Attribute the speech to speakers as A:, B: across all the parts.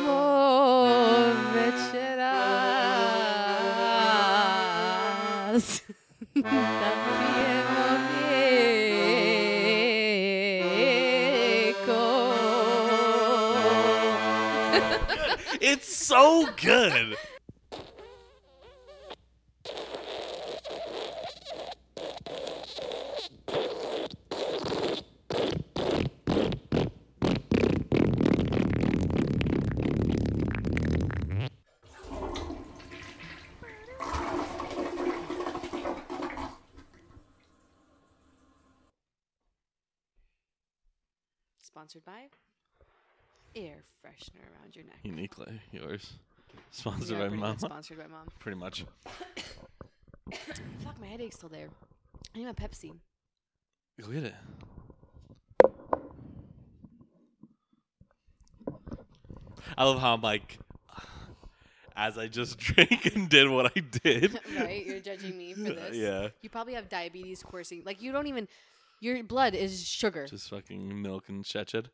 A: Iremos večeras. Da pijemo mlijeko.
B: It's so good.
A: Sponsored by air freshener around your neck.
B: Uniquely yours.
A: Yeah,
B: Sponsored by
A: pretty
B: Mama.
A: much Sponsored by mom.
B: pretty much.
A: Fuck, my headache's still there. I need my Pepsi.
B: Go get it. I love how I'm like, as I just drank and did what I did.
A: right? You're judging me for this.
B: yeah.
A: You probably have diabetes coursing. Like you don't even your blood is sugar.
B: Just fucking milk and shechid.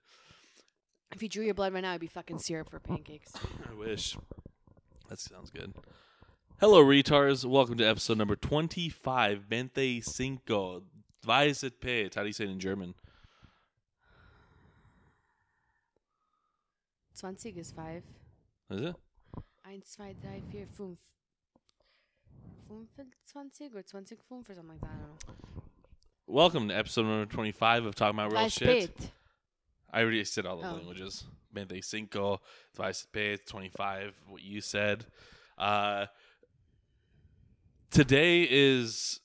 A: if you drew your blood right now, it'd be fucking syrup for pancakes.
B: I wish. That sounds good. Hello, retards. Welcome to episode number 25, Vente Cinco. Weisheit How do you say it in German?
A: Zwanzig is five.
B: Is it?
A: Eins, zwei, drei, vier, fünf. Fünfundzwanzig or twenty fünf or something like that. I don't know.
B: Welcome to episode number 25 of Talking About Real
A: Weiß
B: Shit.
A: Bett.
B: I already said all the
A: Oh.
B: languages. Mente cinco, vice pay, 25, what you said. Uh, today is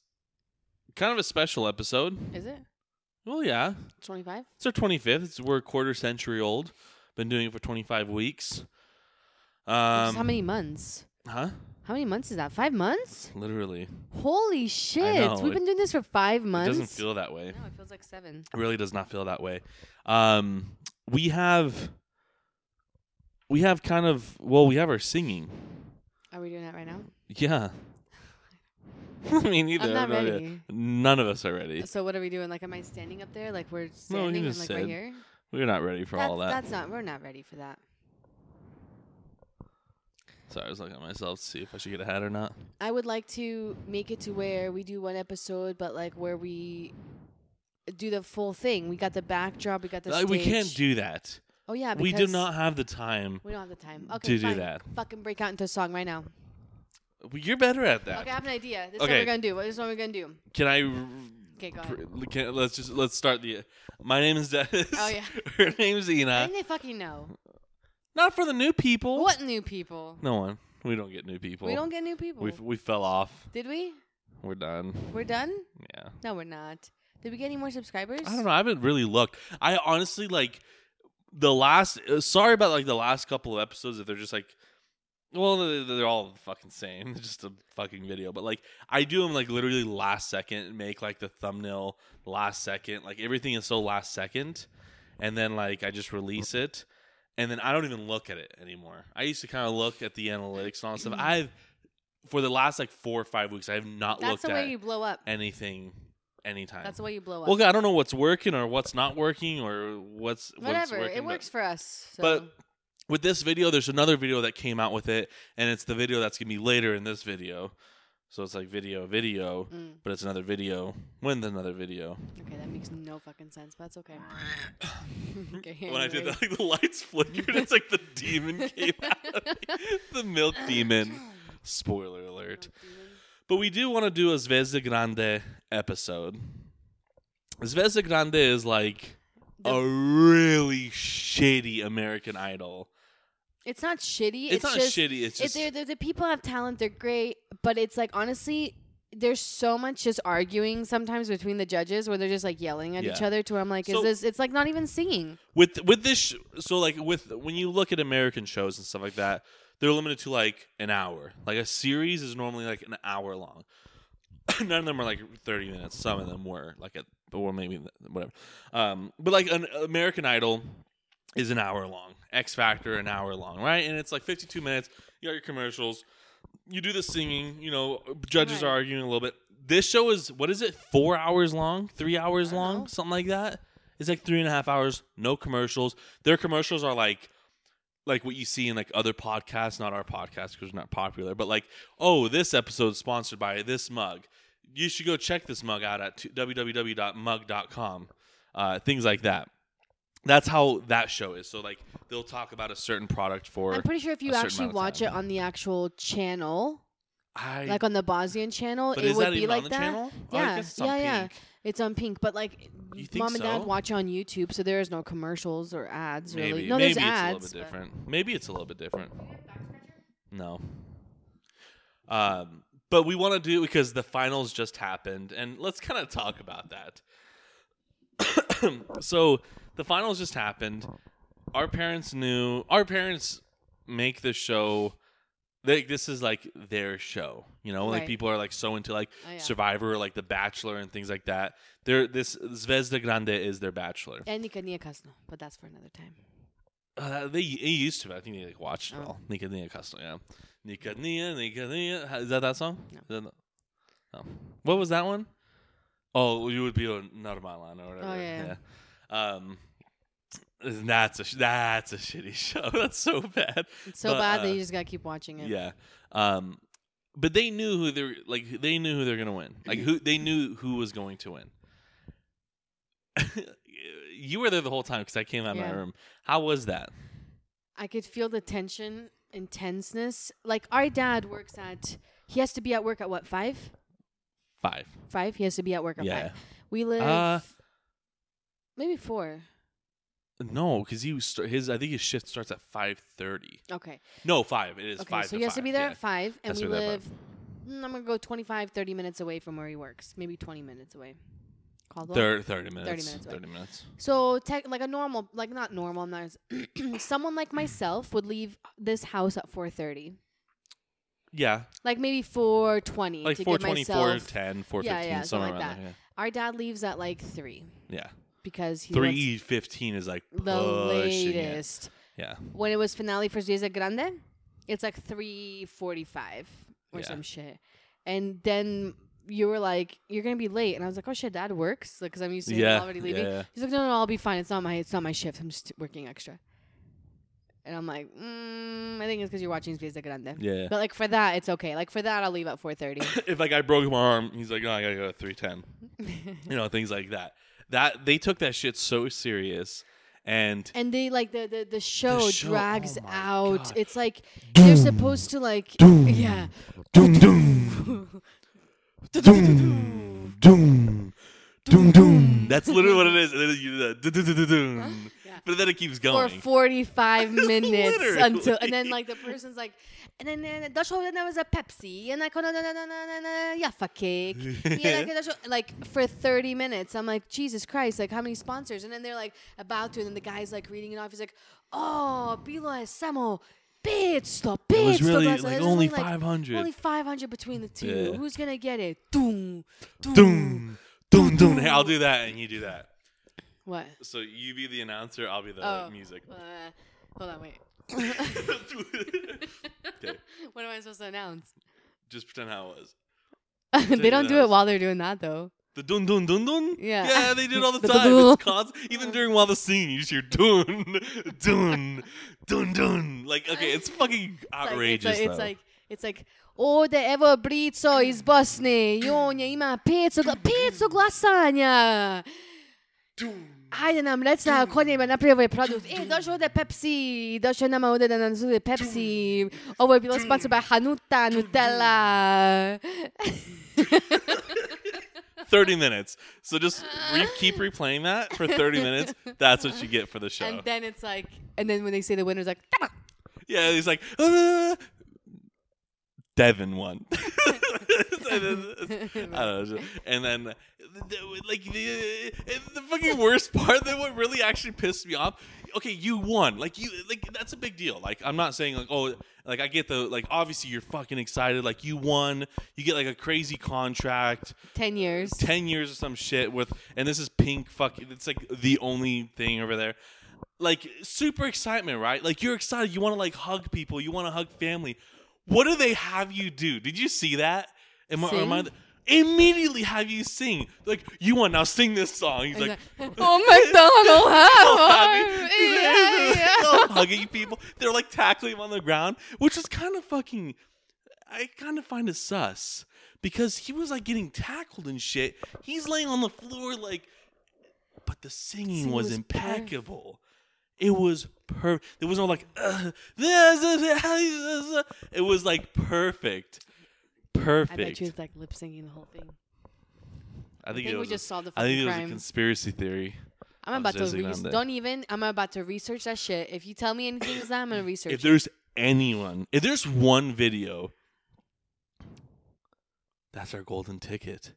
B: kind of a special episode.
A: Is it
B: Well, yeah.
A: twenty five?
B: It's our 25th. It's, we're a quarter century old. Been doing it for 25 weeks. Um,
A: how many months?
B: Huh?
A: How many months is that? Five months?
B: Literally.
A: Holy shit!
B: know,
A: We've
B: it-
A: been doing this for five
B: It
A: months.
B: doesn't feel that way.
A: no, it feels like seven.
B: It really does not feel that way. Um, we have. We have kind of. Well, we have our singing.
A: Are we doing that right now?
B: Yeah. Me neither.
A: I'm not
B: no idea.
A: ready.
B: None of us are ready.
A: So what are we doing? Like, am I standing up there? Like we're standing and
B: just
A: like
B: said
A: right here?
B: We're not ready for
A: that's,
B: all that.
A: That's not. We're not ready for that.
B: Sorry, I was looking at myself to see if I should get a hat or not.
A: I would like to make it to where we do one episode, but like where we do the full thing. We got the backdrop. We got the.
B: Like, Uh, we can't
A: stage.
B: do that.
A: Oh yeah,
B: We do
A: because
B: not have the time
A: We don't have the time. Okay,
B: to
A: fine.
B: do that.
A: Fucking break out into a song right now.
B: Well, You're better at that.
A: Okay, I have an idea. This is what
B: Okay.
A: we're gonna do. What is what we're gonna do?
B: Can I?
A: Okay, go ahead.
B: pr- Can, let's just let's start the. My name is Dennis.
A: Oh, yeah.
B: Her name's
A: I
B: Ina.
A: think they fucking know.
B: Not for the new people.
A: What new people?
B: No one. We don't get new people.
A: We don't get new people.
B: We f- we fell off.
A: Did we?
B: We're done.
A: We're done?
B: Yeah.
A: No, we're not. Did we get any more subscribers?
B: I don't know. I haven't really looked. I honestly like the last. uh, Sorry about like the last couple of episodes. If they're just like, well, they're, they're all fucking same. It's just a fucking video. But like, I do them like literally last second. and Make like the thumbnail last second. Like everything is so last second, and then like I just release it, and then I don't even look at it anymore. I used to kind of look at the analytics and all
A: Mm.
B: that stuff. I've for the last like four or five weeks, I have not
A: That's
B: looked
A: the
B: at
A: way you blow up.
B: anything anytime.
A: That's the way you blow up.
B: Well, I don't know what's working or what's not working or what's What's
A: Whatever.
B: working,
A: it
B: but-
A: works for us. So.
B: But with this video, there's another video that came out with it, and it's the video that's gonna be later in this video. So it's like video, video,
A: Mm.
B: but it's another video. When's another video?
A: Okay, that makes no fucking sense, but that's okay. okay
B: When I did
A: anyways.
B: that, like the lights flickered. It's like the demon came out, of me. the milk demon. Spoiler alert. But we do want to do a Zvezda Grande episode. Zvezda Grande is like
A: The-
B: a really shitty American Idol.
A: It's not shitty.
B: It's,
A: It's,
B: not
A: just,
B: shitty. It's
A: It,
B: just
A: they're, they're, the people have talent. They're great, but it's like honestly, there's so much just arguing sometimes between the judges where they're just like yelling at each
B: Yeah.
A: other. To where I'm like, is
B: So-
A: this? It's like not even singing.
B: with with this. Sh- so like with when you look at American shows and stuff like that, they're limited to like an hour. Like a series is normally like an hour long. None of them are like thirty minutes. Some of them were like at or maybe whatever. Um, but like an American Idol is an hour long. X Factor an hour long, right? And it's like fifty two minutes. You got your commercials. You do the singing. You know, judges are
A: Right.
B: arguing a little bit. This show is what is it? Four hours long? Three hours
A: don't
B: long?
A: know.
B: Something like that. It's like three and a half hours, no commercials. Their commercials are like like what you see in like other podcasts, not our podcast because we're not popular, but like, oh, this episode's sponsored by this mug. You should go check this mug out at www.mug.com. Uh, things like that. That's how that show is. So like they'll talk about a certain product for
A: I'm pretty sure if you
B: a certain
A: actually
B: amount of
A: watch it
B: time.
A: on the actual channel,
B: I
A: like on the Bosnian channel,
B: but
A: it
B: is
A: would
B: that
A: be
B: even
A: like
B: on the
A: that.
B: channel? Oh, I
A: Yeah,
B: guess it's on
A: yeah, yeah.
B: Pink.
A: It's on pink, but like
B: You think
A: mom and dad
B: so?
A: watch it on YouTube, so there is no commercials or ads
B: Maybe
A: really. No,
B: maybe
A: there's ads.
B: it's
A: but-
B: a little bit different. Maybe it's a little bit different. No. Um, but we want to do because the finals just happened, and let's kind of talk about that. so the finals just happened. Our parents knew. Our parents make the show. They, this is like their show, you know. Like
A: Right.
B: people are like so into like
A: Oh, yeah.
B: Survivor, or, like The Bachelor, and things like that. They're this Zvezda Grande is their Bachelor.
A: And Nikad nije kasno, but that's for another time.
B: Uh, they, they used to, but I think they like watched it
A: Oh.
B: all. Nika Nia Custom, yeah. Nika Nia, Nika Nia. Is that that song?
A: No.
B: Is that the- no. Oh. What was that one? Oh, you would be a Normalan or whatever.
A: Oh, yeah, yeah.
B: yeah. Um, that's a sh- that's a shitty show. That's so bad.
A: It's so
B: But,
A: bad
B: uh,
A: that you just gotta keep watching it.
B: Yeah. Um, but they knew who they're like. They knew who they're gonna win. Like who they knew who was going to win. you were there the whole time because I came out of
A: Yeah.
B: my room. How was that?
A: I could feel the tension and tenseness. Like our dad works at he has to be at work at what, five?
B: Five.
A: Five? He has to be at work at
B: Yeah.
A: five. We live
B: Uh,
A: maybe four.
B: No, because he was st- his. I think his shift starts at five thirty.
A: Okay.
B: No, five. It is
A: Okay,
B: five.
A: so he has to be there at
B: yeah.
A: five and
B: Has
A: we
B: to be there at
A: live
B: five.
A: mm, I'm gonna go 25, 30 minutes away from where he works. Maybe twenty minutes away. Caldwell.
B: Thir- thirty minutes. Thirty minutes.
A: minutes away.
B: Thirty minutes.
A: So, tech, like a normal, like not normal, I'm not. someone like myself would leave this house at 4:30,
B: Yeah,
A: like maybe 4:20
B: like
A: to
B: four
A: give
B: twenty, four
A: myself.
B: ten, four
A: Yeah,
B: fifteen,
A: yeah,
B: somewhere
A: something like
B: around there.
A: Our dad leaves at like three
B: Yeah,
A: because he wants
B: three fifteen is like
A: the
B: pushing it.
A: latest.
B: Yeah,
A: When it was finale for Ziza Grande, it's like 3:45 or
B: Yeah.
A: some shit, and then. You were like, you're gonna be late, and I was like, oh shit, dad works because I'm used to him
B: yeah,
A: already leaving.
B: yeah.
A: He's like, no, no, no, I'll be fine. It's not my, it's not my shift. I'm just working extra. And I'm like, mm, I think it's because you're watching Fiesta Grande.
B: Yeah.
A: But like for that, it's okay. Like for that, I'll leave at 4:30.
B: if like I broke my arm, he's like, "No, I gotta go to three ten. you know, things like that. That they took that shit so serious, and
A: and they like the the, the, show,
B: show-
A: drags
B: oh my
A: out.
B: God.
A: It's like they're supposed to like yeah.
C: Doom doom. Doom doom. Doom doom.
B: that's literally what it is. And then you do the du-du-du-du-dum.
A: Yeah.
B: But then it keeps
A: For
B: going.
A: 45 minutes
B: Literally.
A: until, and then like the person's like, and then uh, that show then there was a Pepsi, and like, oh, no, no, no, no, no, no, no, Jaffa cake. yeah, like, that show, like for 30 minutes, I'm like, Jesus Christ, like how many sponsors? And then they're like about to, and then the guy's like reading it off. He's like, oh, bilo je samo 500, 500.
B: It was really
A: I was
B: like only
A: like,
B: five hundred.
A: Only 500 between the two.
B: Yeah.
A: Who's gonna get it? Doom, doom.
C: Doom.
B: Doom doom. Hey, I'll do that and you do that.
A: What?
B: So you be the announcer, I'll be the
A: Oh.
B: music.
A: Uh, hold on, wait.
B: okay,
A: What am I supposed to announce?
B: just pretend how it was.
A: they don't do
B: Ridiculous.
A: it while they're doing that though.
B: The dun dun dun dun.
A: Yeah.
B: yeah, they do it all the
A: The
B: time.
A: dun.
B: It's constant. Even during while the singing, you just hear dun dun dun dun. Like okay, it's fucking
A: It's
B: outrageous.
A: like it's
B: though.
A: like it's like "Oh, Ode evo brico iz Bosne i on je ima 500, gla- 500 glasanja. Ajde nam recna kod njima napravio ovaj produkt. E, došao ovde Pepsi, došao je nama ovde da nam zude Pepsi. Ovo je bilo sponsored by Hanuta, Nutella.
B: thirty minutes. So just re- keep replaying that for thirty minutes. That's what you get for the show.
A: And then it's like, and then when they say the winner's like,
B: Yeah, he's like, uh, Devin won. and, then, I don't know, just- and then, uh, the- like, the, and the fucking worst part, then what really actually pissed me off. Okay, you won. Like, you, like, that's a big deal. Like, I'm not saying, like, oh, like, I get the, like, obviously you're fucking excited. Like, you won. You get, like, a crazy contract.
A: 10 years.
B: 10 years or some shit with and this is pink fuck it's like the only thing over there like super excitement right like you're excited you want to like hug people you want to hug family what do they have you do did you see that am I, am I
A: Sing?
B: immediately have you sing. Like, you want now sing this song. He's like,
A: oh, McDonald, how
B: happy.
A: Yeah, yeah.
B: hugging people. They're like tackling him on the ground, which is kind of fucking. I kind of find it sus because he was like getting tackled and shit. He's laying on the floor like, but the singing,
A: Singing
B: was,
A: was perfect.
B: impeccable. It was perfect. There was no like, "Ugh, this is- it was like perfect,
A: I
B: perfect.
A: bet you it's like lip singing the whole thing.
B: I
A: I
B: think,
A: think
B: it
A: we
B: was.
A: just
B: A,
A: solved the
B: I
A: fucking
B: think it was a
A: crime.
B: conspiracy theory.
A: I'm
B: of
A: about to
B: Jesse
A: re-
B: Grande.
A: don't even. I'm about to research that shit. If you tell me anything, like that, I'm gonna research.
B: if
A: it.
B: there's anyone, if there's one video, that's our golden ticket.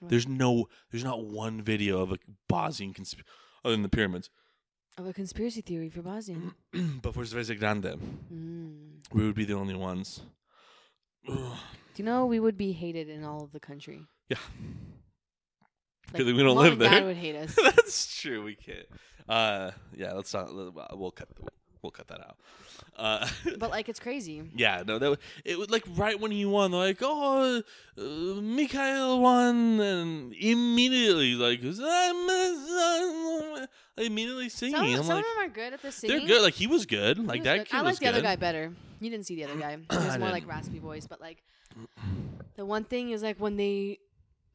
A: What?
B: There's no, there's not one video of a Bosnian conspiracy other than the pyramids.
A: Of a conspiracy theory for
B: Mm-hmm.
A: Bosnia.
B: but for Zvezda Grande,
A: Mm.
B: we would be the only ones. Ugh.
A: Do you know we would be hated in all of the country?
B: yeah,
A: Like,
B: 'Cause we don't
A: mom
B: live
A: and
B: there.
A: Dad would hate us.
B: that's true. We can't. Uh, yeah, let's not. We'll cut. We'll cut that out. Uh,
A: but like, it's crazy.
B: Yeah, no, that wa- it was like right when he won, they're like, oh, uh, Mikhail won, and immediately like, I'm immediately singing.
A: Some,
B: I'm
A: some
B: like,
A: of them are good at the singing.
B: they're good. Like he was good.
A: He
B: Like
A: was
B: that
A: good.
B: kid
A: I like
B: was
A: the other
B: good.
A: guy better. You didn't see the other guy. He
B: I
A: was more like
B: didn't.
A: raspy voice, but like the one thing is like when they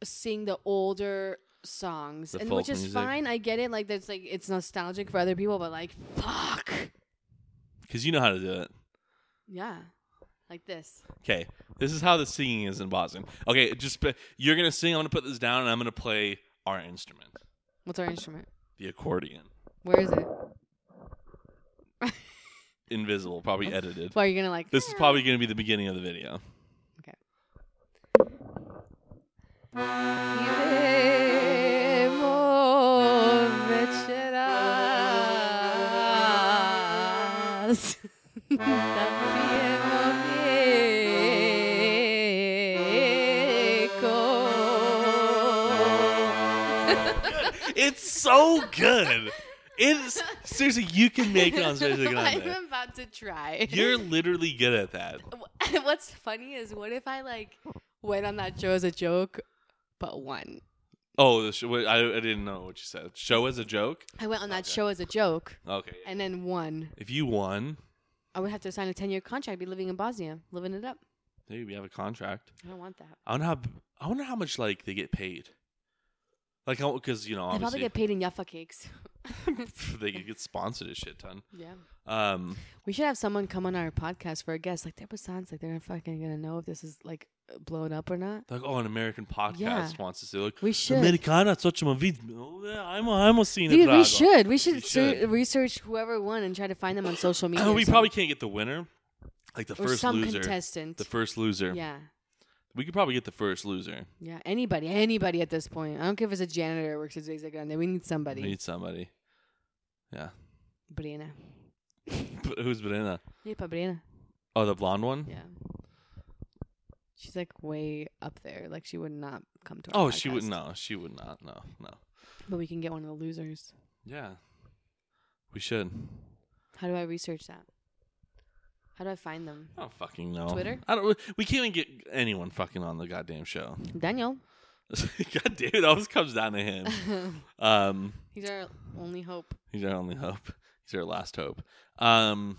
A: sing the older songs,
B: The
A: and which
B: folk
A: is
B: music.
A: fine. I get it. Like that's like it's nostalgic for other people, but like fuck,
B: because you know how to do it.
A: yeah, like this.
B: Okay, this is how the singing is in Boston. Okay, just p- you're gonna sing. I'm gonna put this down, and I'm gonna play our instrument,
A: What's our instrument?
B: the accordion,
A: Where is it?
B: invisible, probably edited.
A: Oh. Well, you're gonna like
B: This is probably gonna be the beginning of the video.
A: Idemo večeras da pijemo mlijeko.
B: It's so good. It's seriously, you can make it on Space Grande.
A: I'm about to try.
B: You're literally good at that.
A: What's funny is what if I like went on that show as a joke, but won.
B: Oh, the show, I, I didn't know what you said. Show as a joke.
A: I went on that
B: Okay.
A: show as a joke
B: Okay.
A: and then won.
B: If you won,
A: I would have to sign a 10 year contract, be living in Bosnia, living it up.
B: hey, we have a contract.
A: I don't want that.
B: I wonder how. I wonder how much like they get paid. Like how? Because you know,
A: I probably
B: obviously
A: get paid in Jaffa cakes.
B: they could get sponsored a shit ton.
A: yeah.
B: Um,
A: We should have someone come on our podcast for a guest. Like, that sounds like they're not fucking going to know if this is like blown up or not.
B: like oh, an American podcast
A: Yeah.
B: wants to say like
A: We should.
B: Americana, such a video. I'm I'm a scene.
A: Dude, we should. We
B: We
A: should, ser-
B: should. Oh,
A: research whoever won and try to find them on social media. or
B: we
A: something.
B: probably can't get the winner. Like the
A: or
B: first
A: some
B: loser.
A: contestant.
B: The first loser.
A: yeah.
B: We could probably get the first loser.
A: Yeah. Anybody. Anybody at this point. I don't care if it's a janitor or works at Zigzag Grande. We need
B: We
A: somebody.
B: need somebody. Yeah.
A: Brianna.
B: But who's Banana?
A: Hey, pa Brianna.
B: Oh, the blonde one?
A: Yeah. She's like way up there. Like she would not come to. Our
B: Oh, she would
A: podcast.
B: no, she would not. No, no.
A: But we can get one of the losers.
B: Yeah. We should.
A: How do I research that? How do I find them?
B: I don't fucking know.
A: Twitter?
B: I don't we can't even get anyone fucking on the goddamn show.
A: Daniel.
B: God damn it, always comes down to him. Um
A: He's our only hope.
B: he's our only hope. He's our last hope. Um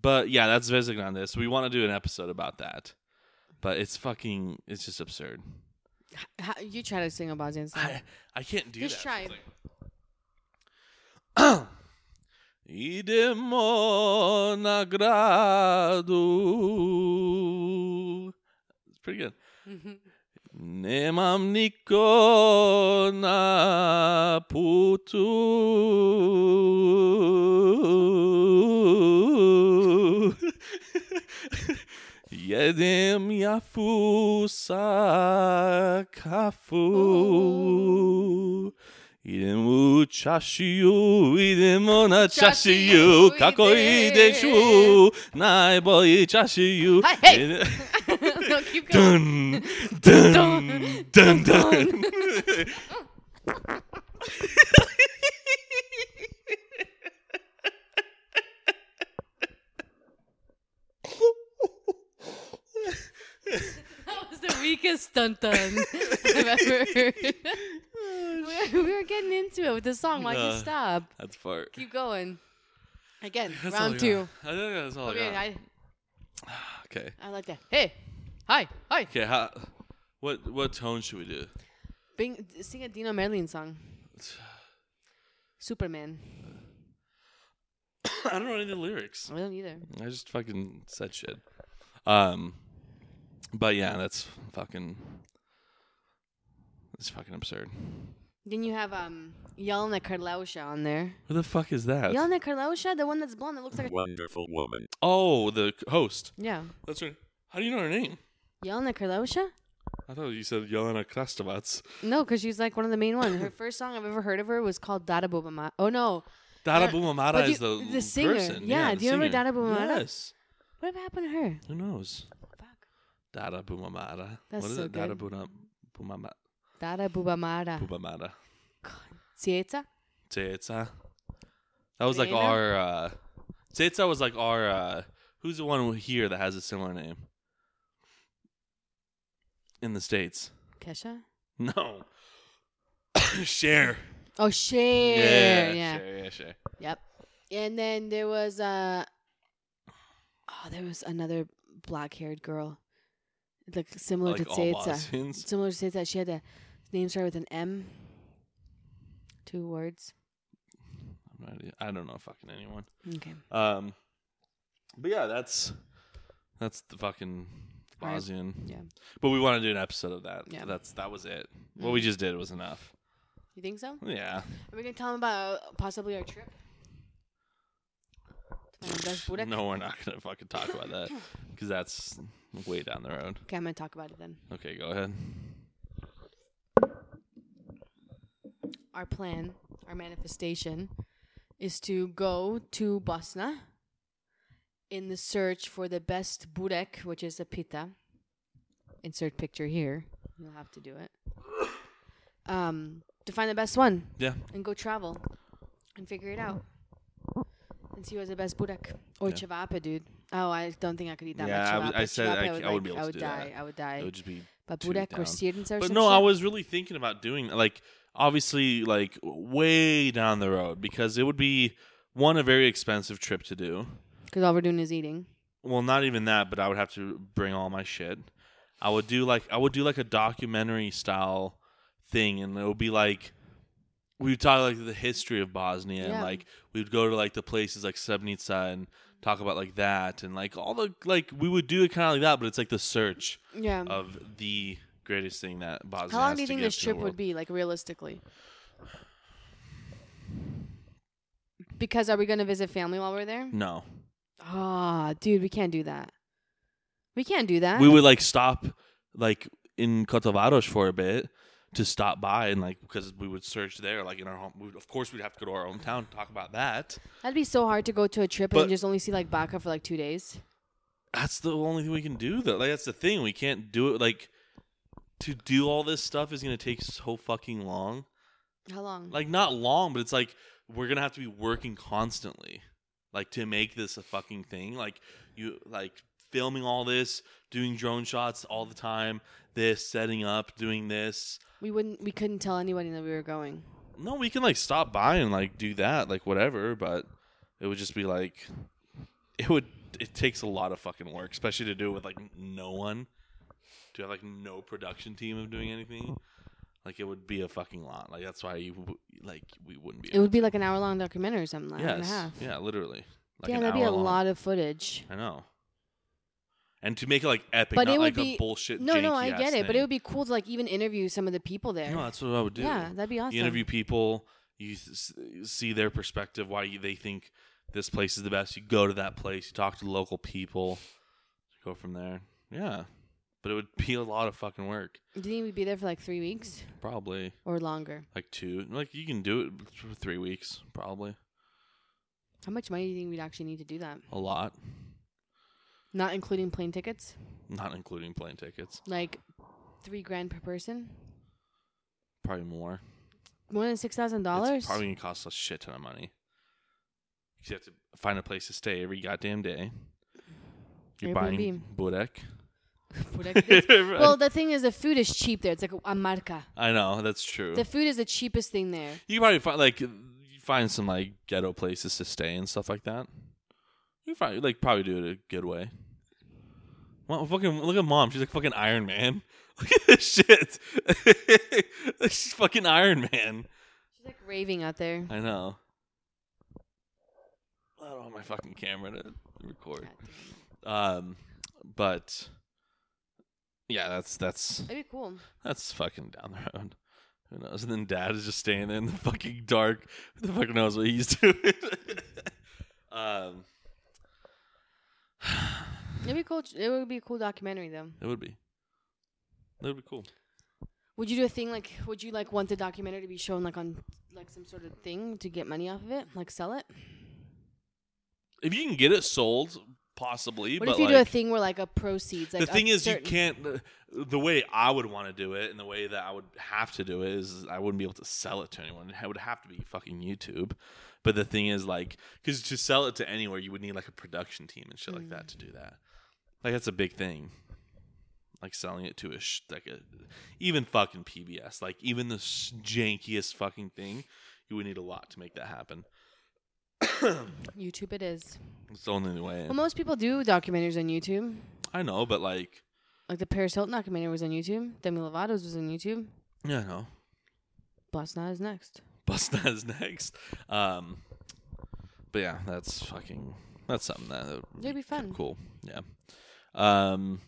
B: but yeah, that's visiting on this. We want to do an episode about that. But it's fucking it's just absurd.
A: H- How, you try to sing a Bosnian song.
B: I I can't do
A: Just
B: that.
A: try.
B: Idemo na gradu. It's pretty good. Nemam niko na putu. Jedem jafu sa kafu. Idem u čašiju, idemo na čašiju, kako ideš u najbolji čašiju.
A: Hej, hej!
B: Ide-
A: no, keep going.
B: dun, dun, dun, dun, dun.
A: That was the weakest dun dun I've ever heard. we we were getting into it with the song. Why'd you
B: Oh, Uh,
A: stop?
B: That's fart.
A: Keep going. Again,
B: That's all I
A: round
B: got.
A: two.
B: I think that's all
A: Okay,
B: I
A: I,
B: got. Okay.
A: I like that. Hey, hi, hi.
B: Okay. How, what what tone should we do?
A: Bing, sing a Dino Merlin song. Superman.
B: I don't know any of the lyrics.
A: I don't either.
B: I just fucking said shit. Um, but yeah, that's fucking. That's fucking absurd.
A: Then you have um Yelena Karlausha on there.
B: Who the fuck is that?
A: Yelena Karlausha, the one that's blonde that looks like a
D: Wonderful woman.
B: Oh, the c- host.
A: yeah.
B: That's her. How do you know her name?
A: Yelena Karlausha?
B: I thought you said Yelena Krastovats.
A: No, because she's like one of the main ones. Her first song I've ever heard of her was called Dada Bumama. Oh no,
B: Dada
A: Yeah,
B: Bumamara
A: but
B: is
A: you-
B: the
A: the singer.
B: person.
A: Yeah,
B: the
A: do you remember
B: singer.
A: Dada Bumamara?
B: Yes.
A: what happened to her?
B: Who knows?
A: Fuck.
B: Dada Bumamara.
A: That's
B: what is
A: so
B: it? Dada
A: good.
B: Buna, Bumama,
A: Dada Bubamara.
B: Bumamara.
A: Sieta?
B: Teta. That was like
A: Dana?
B: our. Uh, Teta was like our. Uh, who's the one here that has a similar name? In the States.
A: Kesha?
B: No. Share.
A: Oh, Cher. Yeah.
B: Cher, yeah, Cher.
A: Yep. And then there was uh oh, there was another black-haired girl, like similar
B: Like
A: to
B: all
A: Tsietsa.
B: Bosnians.
A: Similar to Tsietsa, she had a name started with an M. Two words.
B: I'm not- e, I don't know fucking anyone.
A: Okay.
B: Um, but yeah, that's that's the fucking
A: Right.
B: Bosnian.
A: Yeah.
B: But we want to do an episode of that.
A: Yeah. Mm.
B: That's that was it. What we just did was enough.
A: You think so?
B: Yeah.
A: Are we gonna tell them about uh, possibly our trip? To find the best Budak?
B: No, we're not gonna fucking talk about that because that's way down the road.
A: Okay, I'm gonna talk about it then.
B: Okay, go ahead.
A: Our plan, our manifestation, is to go to Bosnia in the search for the best burek, which is a pita. Insert picture here. You'll have to do it. Um, to find the best one
B: Yeah.
A: and go travel and figure it out and see who has the best burek or
B: Yeah.
A: chavapa, dude. Oh, I don't think I could eat that
B: Yeah,
A: much.
B: I would-
A: Chavapa.
B: I said I
A: Chavapa
B: c- I wouldn't be
A: like-
B: able
A: I
B: to
A: would
B: do
A: die.
B: that.
A: I would
B: It
A: die.
B: would just be.
A: But
B: too
A: burek or
B: down.
A: sirens or
B: But
A: some
B: no,
A: shit?
B: I was really thinking about doing like obviously like way down the road because it would be one a very expensive trip to do.
A: Because all we're doing is eating.
B: well not even that but i would have to bring all my shit i would do like i would do like a documentary style thing and it would be like we would talk like the history of bosnia and
A: Yeah.
B: like we would go to like the places like srebrenica and talk about like that and like all the like we would do it kind of like that but it's like the search
A: Yeah.
B: of the greatest thing that bosnia
A: How long
B: has
A: do you
B: to
A: think
B: give
A: this
B: to the
A: trip would
B: world.
A: be, like realistically? Because are we going to visit family while we're there?
B: no
A: Ah, dude, we can't do that. We can't do that.
B: we would like stop like in Cotabaros for a bit to stop by and like because we would search there like in our home we would, of course we'd have to go to our hometown to talk about that
A: That'd be so hard to go to a trip
B: But-
A: and just only see like Baca for like two days.
B: that's the only thing we can do though like that's the thing we can't do it like to do all this stuff is going to take so fucking long
A: How long?
B: like not long but it's like we're going to have to be working constantly like to make this a fucking thing like you like filming all this doing drone shots all the time this setting up doing this
A: we wouldn't. We couldn't tell anybody that we were going.
B: No, we can like stop by and like do that, like whatever, but it would just be like it would it takes a lot of fucking work, especially to do it with like no one. To have like no production team of doing anything. Like it would be a fucking lot. Like that's why you w- like we wouldn't be
A: It would be like an hour long documentary or something. Like hour and a
B: yes.
A: half.
B: Yeah, literally. Like
A: yeah,
B: an
A: that'd be
B: hour
A: a
B: long.
A: lot of footage.
B: I know. And to make it like epic,
A: But
B: not
A: it
B: like
A: would be-
B: a bullshit
A: No, no, I
B: janky-ass
A: get it, but it
B: thing.
A: would be cool to like even interview some of the people there.
B: No, that's what I would do.
A: yeah, that'd be awesome.
B: You interview people, you s- see their perspective, why you, they think this place is the best. You go to that place, you talk to local people, go from there. Yeah, but it would be a lot of fucking work,
A: Do you think we'd be there for like three weeks
B: probably
A: or longer?
B: like two. Like you can do it for three weeks, probably
A: How much money do you think we'd actually need to do that?
B: a lot,
A: Not including plane tickets?
B: not including plane tickets.
A: Like three grand per person?
B: Probably more.
A: More than six thousand
B: It's
A: dollars?
B: probably gonna cost a shit ton of money. 'Cause You have to find a place to stay every goddamn day. You're buying
A: Airbnb.
B: Budek.
A: Budapest. well, the thing is, the food is cheap there. It's like a marca.
B: I know that's true.
A: The food is the cheapest thing there.
B: you can probably find like you find some like ghetto places to stay and stuff like that. You can probably like probably do it a good way. Well, fucking look at mom. She's like fucking Iron Man. Look at this shit. She's fucking Iron Man.
A: She's like raving out there.
B: I know. I don't have my fucking camera to record.
A: God damn.
B: Um, but yeah, that's that's
A: That'd be cool.
B: that's fucking down the road. Who knows? And then dad is just staying in the fucking dark. Who the fuck knows what he's doing? um,
A: It'd be cool. It would be a cool documentary though.
B: it would be. That would be cool.
A: Would you do a thing like? Would you like want the documentary to be shown like on like some sort of thing to get money off of it? Like sell it?
B: If you can get it sold, possibly.
A: What
B: but
A: if you
B: like,
A: do a thing where like a proceeds? Like
B: the thing
A: a
B: is,
A: certain-
B: you can't. The, the way I would want to do it, and the way that I would have to do it, is I wouldn't be able to sell it to anyone. It would have to be fucking YouTube. But the thing is, like, because to sell it to anywhere, you would need like a production team and shit like that to do that. Like that's a big thing. Like selling it to a sh- like a even fucking PBS, like even the s- jankiest fucking thing, you would need a lot to make that happen.
A: YouTube it is.
B: It's the only way.
A: Well, most people do documentaries on YouTube.
B: I know, but like,
A: Like the Paris Hilton documentary was on YouTube. Demi Lovato's was on YouTube.
B: yeah, I know.
A: Boss Not is next.
B: Busta is next. Um, but yeah, that's fucking that's something that that would
A: It'd be fun.
B: Cool. Yeah. Um.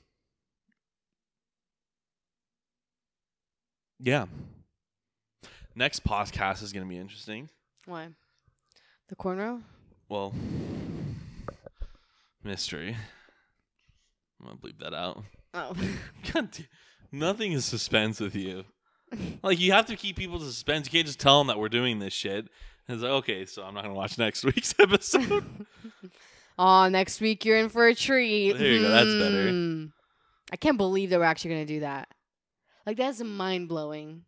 B: Yeah. Next podcast is going to be interesting.
A: Why? The cornrow.
B: Well, mystery. I'm gonna bleep that out.
A: Oh,
B: God, damn, nothing is suspense with you. Like you have to keep people to suspense. You can't just tell them that we're doing this shit. And it's like, okay, so I'm not gonna watch next week's episode.
A: Aw, next week you're in for a treat.
B: There you go, that's better.
A: Mm. I can't believe that we're actually gonna do that. Like that's mind blowing.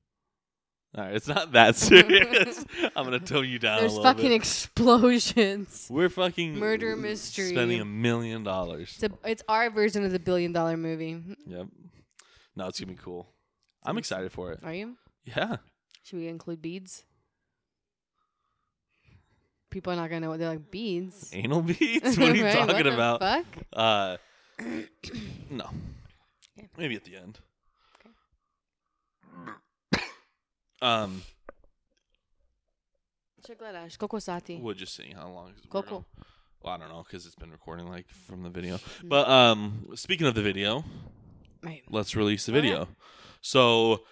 B: All right, it's not that serious. I'm gonna tone you down a
A: There's
B: little
A: fucking
B: bit.
A: explosions.
B: we're fucking
A: murder mystery.
B: spending a million dollars.
A: It's, a, it's our version of the billion dollar movie. Hmm,
B: Yep. No, it's gonna be cool. I'm excited for it.
A: Are you?
B: Yeah.
A: Should we include beads? People are not gonna know what they're like. Beads.
B: Anal beats? What are you
A: Right?
B: talking
A: What the
B: about?
A: Fuck.
B: Uh, no.
A: Okay.
B: Maybe at the end.
A: Okay.
B: Um,
A: Chocolate, coco sati.
B: we're just seeing how long. 'cause we're
A: Cool,
B: gonna-
A: cool.
B: Well, I don't know because it's been recording like from the video.
A: Mm-hmm.
B: But um, speaking of the video,
A: Right.
B: let's release the
A: All right.
B: video. So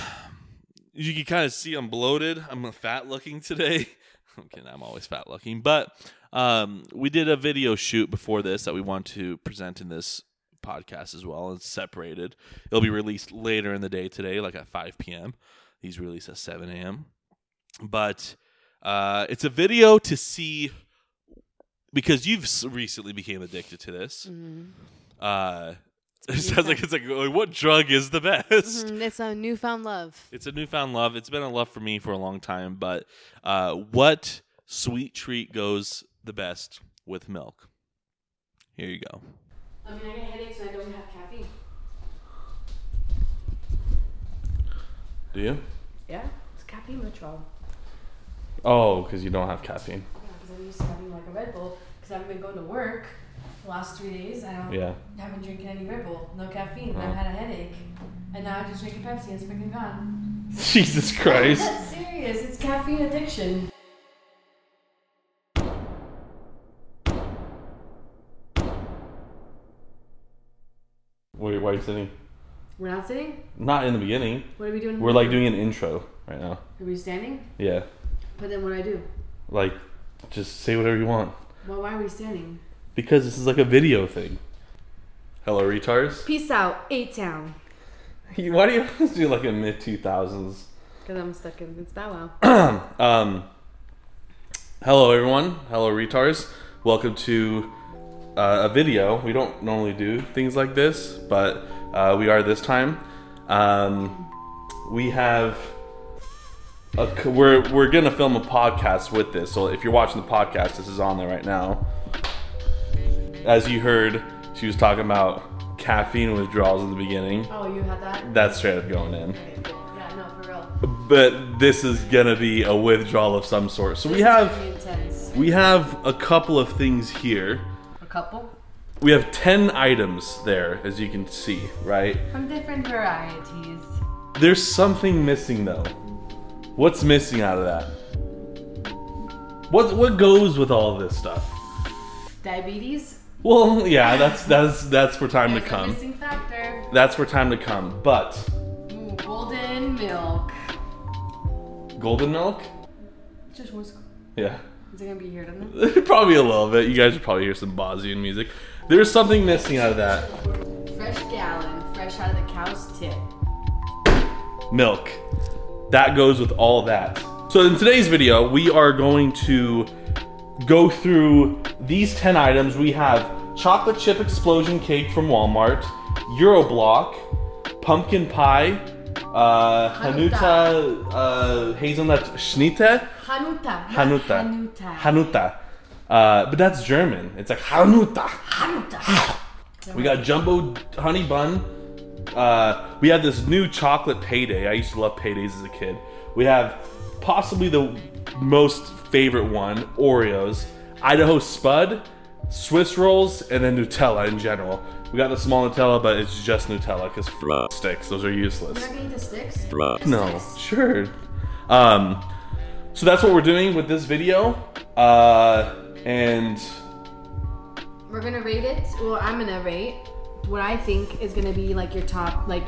B: you can kind of see I'm bloated. I'm fat looking today. Okay, I'm always fat looking, but um, we did a video shoot before this that we want to present in this podcast as well. It's separated. It'll be released later in the day today, like at 5 p.m. These release at 7 a.m. But uh, it's a video to see because you've s- recently became addicted to this.
A: Mm.
B: Uh, it
A: pretty
B: sounds like it's like like, what drug is the best?
A: Mm, It's a newfound love.
B: It's a newfound love. It's been a love for me for a long time, but uh, what sweet treat goes the best with milk? Here you go.
A: I mean, I get headaches and I don't have caffeine.
B: Do you?
A: Yeah, it's caffeine withdrawal.
B: Oh, because you don't have caffeine.
A: Yeah, because I'm used to having like a Red Bull because I haven't been going to work the last three days. I don't,
B: Yeah.
A: haven't drinking any Red Bull, no caffeine. and
B: Oh.
A: I've had a headache, and now I just drink a Pepsi. It's freaking gone.
B: Jesus
A: That's
B: Christ.
A: serious. It's caffeine addiction.
B: Wait, why are you sitting?
A: We're not sitting.
B: Not in the beginning.
A: What are we doing?
B: We're like doing an intro right now.
A: Are we standing?
B: Yeah.
A: But then what do I do?
B: Like, just say whatever you want.
A: Well, why are we standing?
B: Because this is like a video thing. Hello, retards.
A: Peace out, A Town.
B: Why do you always do like a mid 2000s?
A: Because I'm stuck in it's Bow Wow.
B: Um, hello, everyone. Hello, retards. Welcome to uh, a video. We don't normally do things like this, but uh, we are this time. Um, we have. A, c- we're we're gonna film a podcast with this. So if you're watching the podcast, this is on there right now. As you heard, she was talking about caffeine withdrawals at the beginning.
A: Oh, you had that?
B: That's straight up going in.
A: Okay, cool. Yeah, no, for real.
B: But this is gonna be a withdrawal of some sort. So we
A: It's
B: have
A: pretty intense.
B: we have a couple of things here.
A: A couple
B: We have ten items there, as you can see, right?
A: from different varieties.
B: There's something missing though. What's missing out of that? What what goes with all this stuff?
A: Diabetes.
B: Well, yeah, that's that's that's for time to
A: There's a
B: come.
A: missing factor.
B: That's for time to come. But
A: Ooh, golden milk.
B: golden milk?
A: Just one sec.
B: Yeah.
A: Is it gonna be here tonight?
B: probably a little bit. You guys should probably hear some Bosnian music. There's something missing out of that.
A: Fresh gallon, fresh out of the cow's tip.
B: Milk. That goes with all that. So in today's video, we are going to go through these 10 items. We have chocolate chip explosion cake from Walmart, Euroblock, pumpkin pie, uh, Hanuta uh, hazelnut schnitte,
A: Hanuta.
B: Hanuta.
A: Hanuta.
B: Hanuta. Uh, but that's German. It's like Hanuta.
A: Hanuta.
B: We got jumbo honey bun. Uh, we have this new chocolate payday. I used to love paydays as a kid. We have possibly the most favorite one, Oreos, Idaho Spud, Swiss rolls, and then Nutella in general. We got the small Nutella, but it's just Nutella because sticks. Those are useless.
A: You're not gonna eat the sticks?
B: No, sure. Um, so that's what we're doing with this video. Uh, and
A: We're gonna rate it. Well, I'm gonna rate what I think is gonna be like your top, like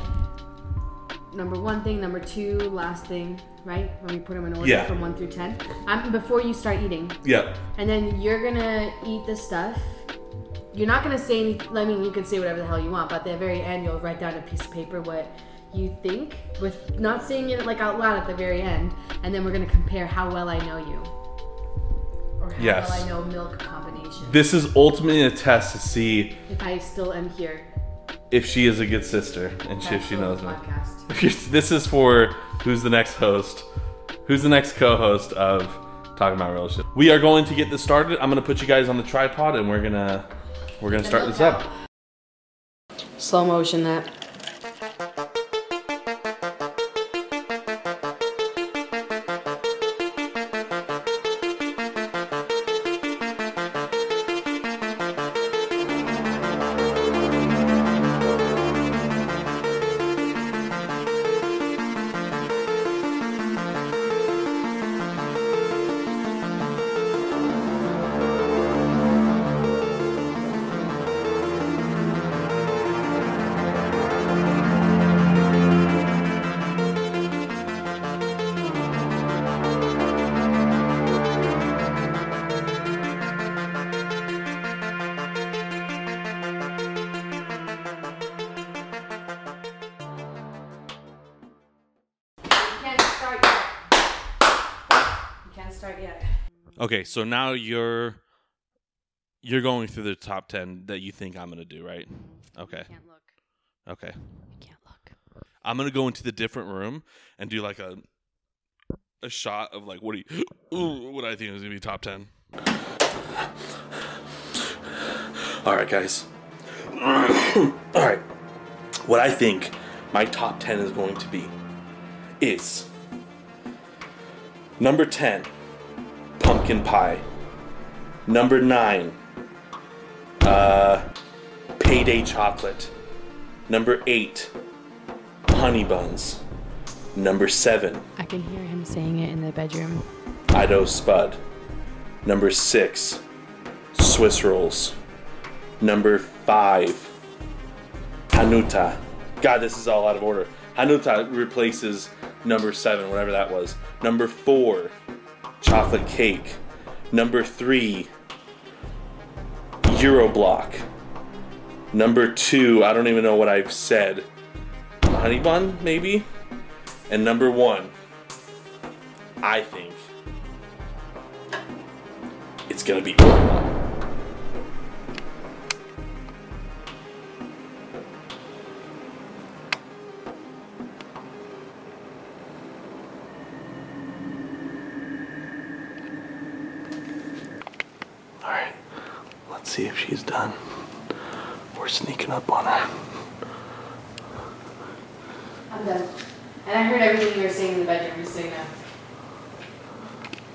A: number one thing, number two, last thing, right? When we put them in order
B: Yeah.
A: from one through ten. Um, before you start eating,
B: yeah,
A: and then you're gonna eat the stuff. You're not gonna say any. I mean, you can say whatever the hell you want, but at the very end, you'll write down a piece of paper what you think, with not saying it like out loud at the very end, and then we're gonna compare how well I know you, or how
B: Yes.
A: well I know milk combination.
B: this is ultimately a test to see
A: if I still am here,
B: if she is a good sister and she, if she
A: That's
B: knows
A: the
B: me.
A: podcast.
B: this is for who's the next host, who's the next co-host of Talking About Relationship. We are going to get this started. I'm gonna put you guys on the tripod, and we're gonna we're gonna start this up.
A: Slow motion that. You can't start yet. You can't start yet.
B: Okay, so now you're you're going through the top ten that you think I'm gonna do, right? Okay,
A: Can't look.
B: okay.
A: Can't look.
B: I'm gonna go into the different room and do like a a shot of like what do you ooh, what I think is gonna be top ten. All right, guys. All right, what I think my top ten is going to be is number ten, pumpkin pie. Number nine, uh, payday chocolate. Number eight, honey buns. Number seven,
A: I can hear him saying it in the bedroom.
B: Idaho Spud. Number six, Swiss rolls. Number five, Hanuta. God, this is all out of order. Hanuta replaces number seven, whatever that was. Number four, chocolate cake. Number three, Euroblock. Number two, I don't even know what I've said. Honey bun, maybe? And number one, I think it's gonna be Oreo. All right, let's see if she's done. We're sneaking up on her.
A: I'm done. And I heard everything you were saying in the bedroom, just so you know.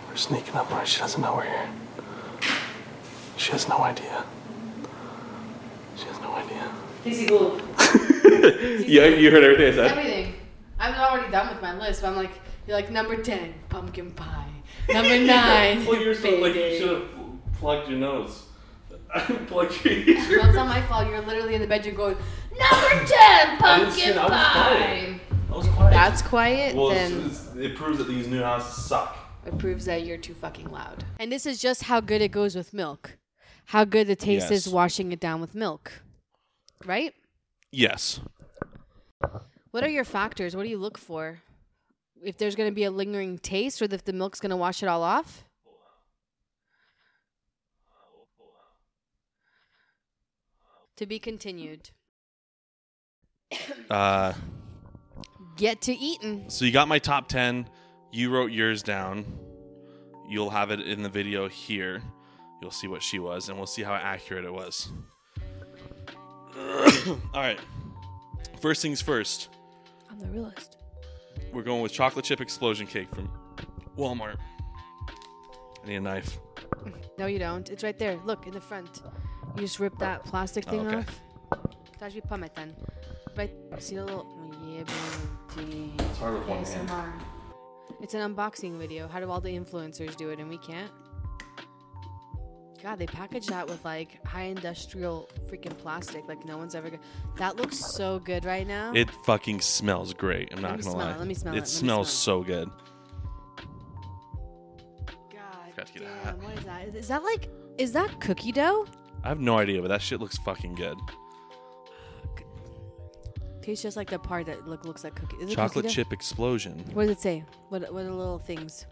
D: We're sneaking up on her. She doesn't know we're here. She has no idea. She has no idea.
A: Casey Gould.
B: yeah, you heard everything I said.
A: Everything. I'm already done with my list, but I'm like, you're like number 10, pumpkin pie. Number 9,
B: well, you're so, like you
A: bacon.
B: should have plugged your nose. plugged your ears.
A: Well, it's not my fault. You're literally in the bedroom going, number 10, pumpkin
B: I was
A: pie.
B: quiet. I was quiet.
A: That's quiet,
B: well, as soon
A: then
B: as it proves that these new houses suck.
A: it proves that you're too fucking loud. And this is just how good it goes with milk. How good the taste is
B: Yes.
A: washing it down with milk. Right?
B: Yes.
A: What are your factors? What do you look for? If there's going to be a lingering taste or if the milk's going to wash it all off? To be continued.
B: Uh,
A: Get to eaten.
B: so you got my top 10. You wrote yours down. You'll have it in the video here. You'll see what she was, and we'll see how accurate it was. All right. First things first.
A: I'm the realist.
B: We're going with chocolate chip explosion cake from Walmart. I need a knife.
A: No, you don't. It's right there. Look in the front. You just rip that plastic thing
B: okay.
A: off. Touch me pametan. Right. See the little. Yeah, baby.
B: It's hard with one hand.
A: ASMR. It's an unboxing video. How do all the influencers do it and we can't? God, they package that with like high industrial freaking plastic. Like no one's ever. Go- that looks so good right now.
B: It fucking smells great. I'm
A: Oh. Let
B: not
A: me
B: gonna
A: smell
B: lie.
A: it, let me smell it,
B: it
A: let me
B: smells
A: smell
B: so good.
A: God
B: Forgot to get a hat.
A: damn, what is that? Is that like? Is that cookie dough?
B: I have no idea, but that shit looks fucking good.
A: Tastes just like the part that look, looks like cookie. Is it
B: Chocolate
A: cookie dough?
B: chip explosion.
A: What does it say? What what are the little things?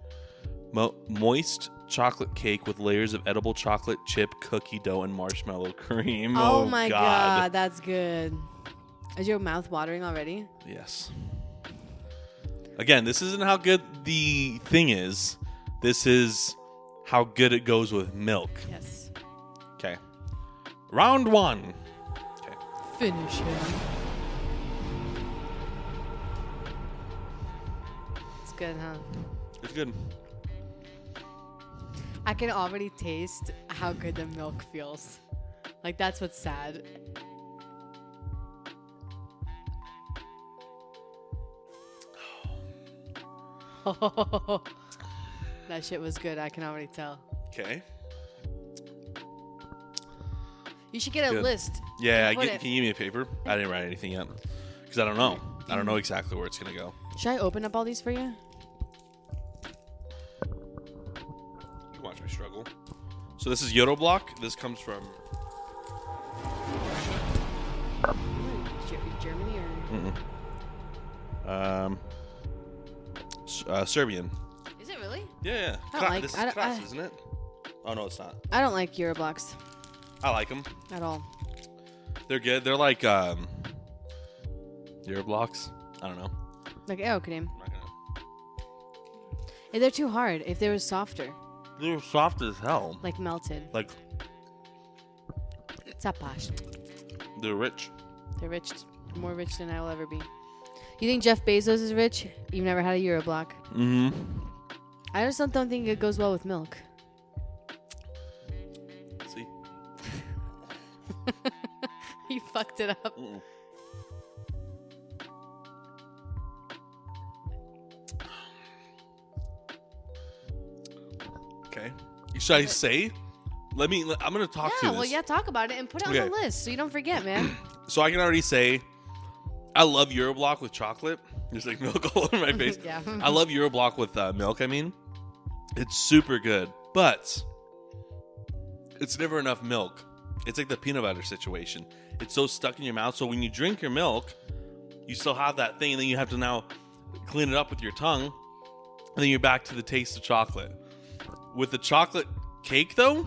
B: Mo- moist chocolate cake with layers of edible chocolate chip cookie dough and marshmallow cream.
A: Oh, my god. that's good. Is your mouth watering already?
B: Yes. Again, this isn't how good the thing is. This is how good it goes with milk.
A: Yes.
B: Okay. Round one.
A: Finish him. It's good, huh?
B: It's good.
A: I can already taste how good the milk feels. Like that's what's sad. that shit was good. I can already tell.
B: Okay.
A: You should get a
B: Good.
A: list.
B: Yeah,
A: You put
B: get,
A: it-
B: can you give me a paper? I didn't write anything up because I don't know. I don't know exactly where it's gonna go.
A: Should I open up all these for you?
B: You watch me struggle. So this is Yodo block. This comes from
A: Ge- Germany or
B: Mm. um, S- uh, Serbian.
A: is it really?
B: Yeah, yeah.
A: I don't
B: Kra-
A: like-
B: this is
A: I don't-
B: Kras,
A: I-
B: isn't it? Oh no, it's not.
A: I don't like Euroblocks
B: I like them.
A: at all.
B: They're good. They're like um, Euro blocks. I don't know.
A: Like Aerocream.
B: I'm not gonna.
A: Eh, They're too hard. If they were softer,
B: They're soft as hell.
A: like melted,
B: Like
A: tapash.
B: they're rich.
A: They're rich, more rich than I will ever be. You think Jeff Bezos is rich? You've never had a Euroblock.
B: Mm-hmm.
A: I just don't think it goes well with milk.
B: See.
A: you fucked it up.
B: Mm-mm. Okay. Should I say? Let me. let- I'm gonna talk
A: yeah,
B: through
A: well,
B: this,
A: yeah, talk about it and put it on
B: Okay.
A: the list so you don't forget, man.
B: so I can already say, I love Euroblock with chocolate. There's like milk all over my face.
A: yeah.
B: I love Euroblock with uh, milk. I mean, it's super good, but it's never enough milk. It's like the peanut butter situation. It's so stuck in your mouth. So when you drink your milk, you still have that thing, and then you have to now clean it up with your tongue, and then you're back to the taste of chocolate. With the chocolate cake, though,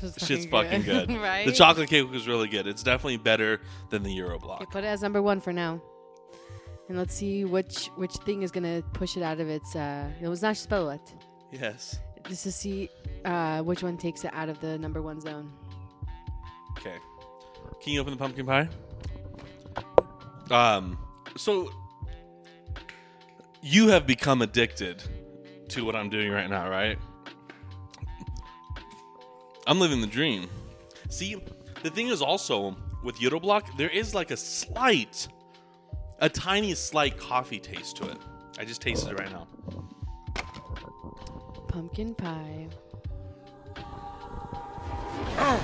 A: It's
B: shit's fucking good.
A: right?
B: The chocolate cake was really good. It's definitely better than the Euroblock.
A: Okay, put it as number one for now. And let's see which which thing is gonna push it out of its uh it was not spellet.
B: Yes.
A: Just to see uh which one takes it out of the number one zone.
B: Okay. Can you open the pumpkin pie? Um, so you have become addicted to what I'm doing right now, right? I'm living the dream. See, the thing is also with Euroblock, there is like a slight, a tiny slight coffee taste to it. I just tasted it right now.
A: Pumpkin pie. Ah!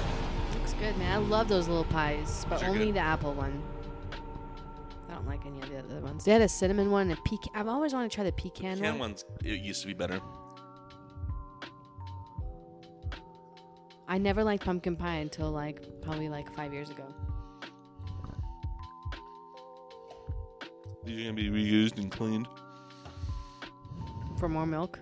A: Looks good, man. I love those little pies, but
B: Those are
A: only
B: good.
A: the apple one. I don't like any of the other ones. They had a cinnamon one and a pecan. I've always wanted to try the pecan,
B: Can
A: one.
B: ones it used to be better.
A: I never liked pumpkin pie until like probably like five years ago.
B: These are gonna be reused and cleaned.
A: For more milk.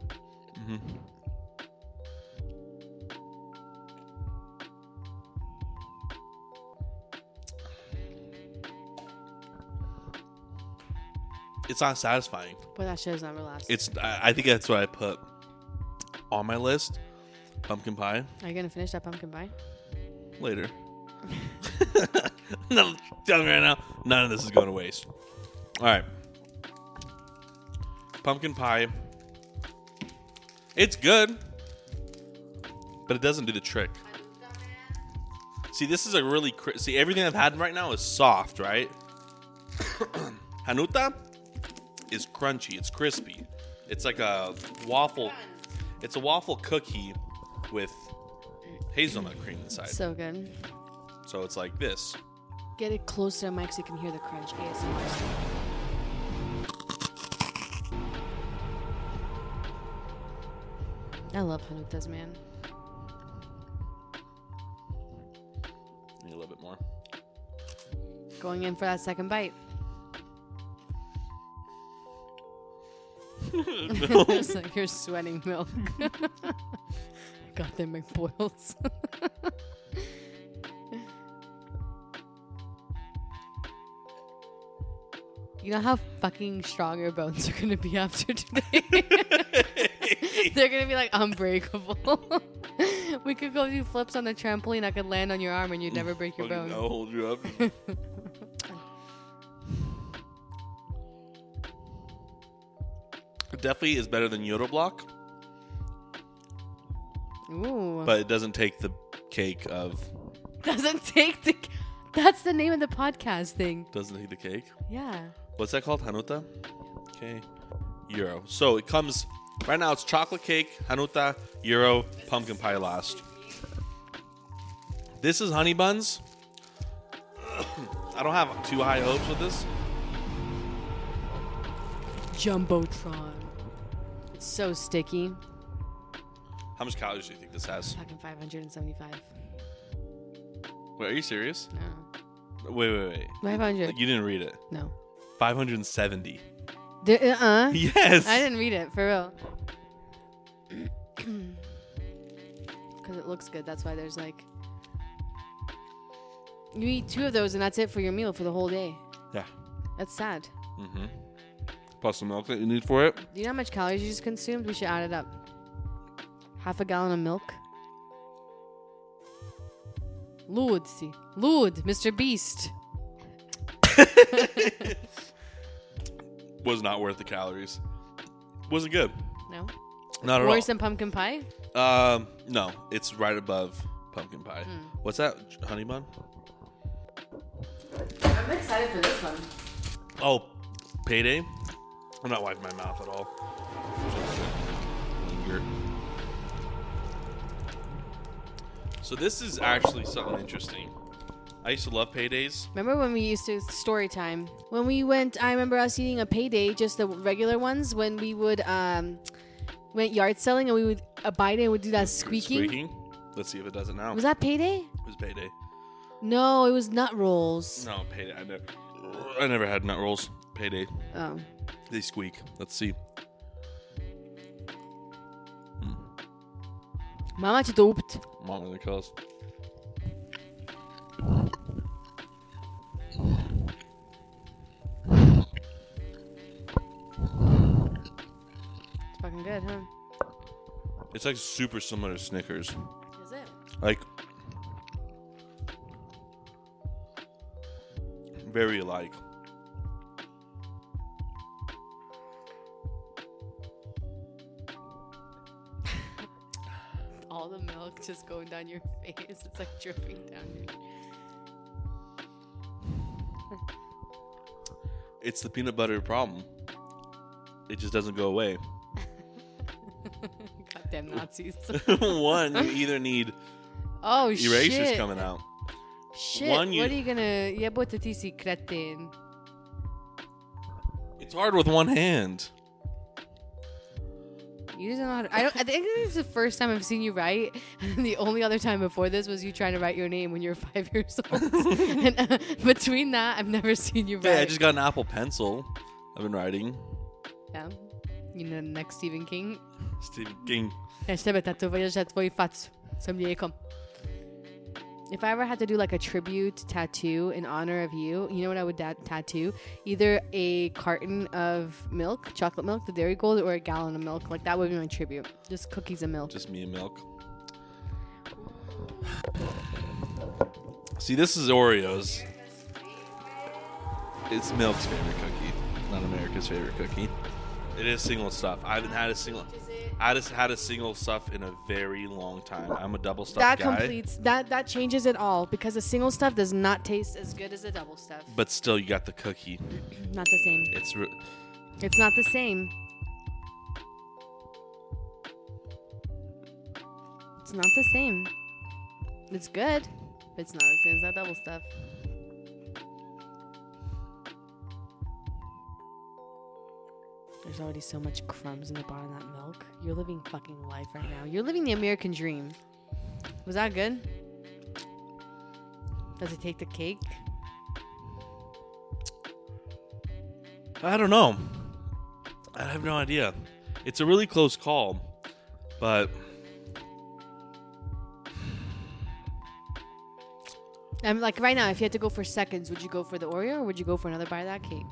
B: It's not satisfying.
A: But that show's never last.
B: It's I, I think that's what I put on my list. Pumpkin pie
A: Are you gonna finish that pumpkin pie?
B: later. no, telling you right now, none of this is going to waste. All right, pumpkin pie. It's good, but it doesn't do the trick. See, this is a really cri- see everything I've had right now is soft, right? Hanuta is crunchy. It's crispy. It's like a waffle. It's a waffle cookie with hazelnut cream inside.
A: So good.
B: So it's like this.
A: Get it close to the mic so you can hear the crunch. ASMR. style. I love Hanutas, man.
B: Need a little bit more.
A: Going in for that second bite. It's like you're sweating milk. God, them McBoils. you know how fucking strong your bones are gonna be after today. They're gonna be like unbreakable. we could go do flips on the trampoline. I could land on your arm and you'd never break your
B: Fucking-
A: bone.
B: I'll hold you up. It Definitely is better than Yodel Block,
A: Ooh.
B: but it doesn't take the cake of
A: doesn't take the. That's the name of the podcast thing.
B: doesn't take the cake.
A: Yeah.
B: What's that called? Hanuta? Okay. Euro. So it comes right now it's chocolate cake, Hanuta, Euro, pumpkin pie last. This is honey buns. I don't have too high hopes with this.
A: Jumbotron. It's so sticky.
B: How much calories do you think this has?
A: Fucking 575.
B: Wait, are you serious?
A: No.
B: Wait, wait, wait.
A: 500.
B: You didn't read it.
A: No.
B: 570.
A: D- uh-uh.
B: Yes.
A: I didn't read it, for real. Because it looks good. That's why there's like. You eat two of those and that's it for your meal for the whole day.
B: Yeah.
A: That's sad.
B: Mm-hmm. Plus the milk that you need for it.
A: Do you know how much calories you just consumed? We should add it up. Half a gallon of milk. Lud, see. Lud, Mr. Beast.
B: Was not worth the calories. Wasn't good.
A: No?
B: Not at all.
A: Worse than pumpkin pie?
B: Um, no, it's right above pumpkin pie. What's that? J- Honey bun?
A: I'm excited for this one.
B: Oh, payday. I'm not wiping my mouth at all. Just let it linger. So this is actually something interesting. I used to love paydays.
A: Remember when we used to story time? When we went, I remember us eating a payday, just the regular ones. When we would um, went yard selling and we would a bite and would do that squeaking.
B: Let's see if it does it now.
A: Was that payday?
B: it was payday.
A: No, it was nut rolls.
B: No, payday. I never, I never had nut rolls. Payday.
A: Oh,
B: They squeak. Let's see.
A: mama ci doopt.
B: Mom really calls.
A: It's fucking good, huh?
B: It's like super similar to Snickers.
A: Is it?
B: like very alike.
A: like just going down your face. It's like dripping down. your-
B: It's the peanut butter problem. It just doesn't go away.
A: Goddamn Nazis.
B: One, you either need
A: Oh shit.
B: erasers coming out.
A: Shit.
B: One, you-
A: What are you gonna? Jebote, ti si kreten.
B: It's hard with one hand.
A: You don't know how to, I don't. I think this is the first time I've seen you write. the only other time before this was you trying to write your name when you were five years old. and uh, between that, I've never seen you write.
B: Yeah, I just got an Apple pencil. I've been writing.
A: Yeah. You know, the next Stephen King.
B: Stephen King.
A: Ja s tebe tatoviraš na tvoju facu sa mlijekom. If I ever had to do like a tribute tattoo in honor of you, you know what I would da- tattoo? Either a carton of milk, chocolate milk, the dairy gold, or a gallon of milk. Like that would be my tribute. Just cookies and milk.
B: Just me and milk. See, this is Oreos. It's milk's favorite cookie, not America's favorite cookie. It is single stuff. I haven't had a single. I just had a single stuff in a very long time. I'm a double stuff
A: that
B: guy,
A: completes that that changes it all because the single stuff does not taste as good as the double stuff.
B: but still, you got the cookie.
A: Not the same.
B: It's re-
A: It's not the same. It's not the same. It's good, but it's not as good as that double stuff. There's already so much crumbs in the bottom of that milk. You're living fucking life right now. You're living the American dream. Was that good? Does it take the cake?
B: I don't know. I have no idea. It's a really close call, but
A: I'm like right now, if you had to go for seconds, would you go for the Oreo or would you go for another bite of that cake?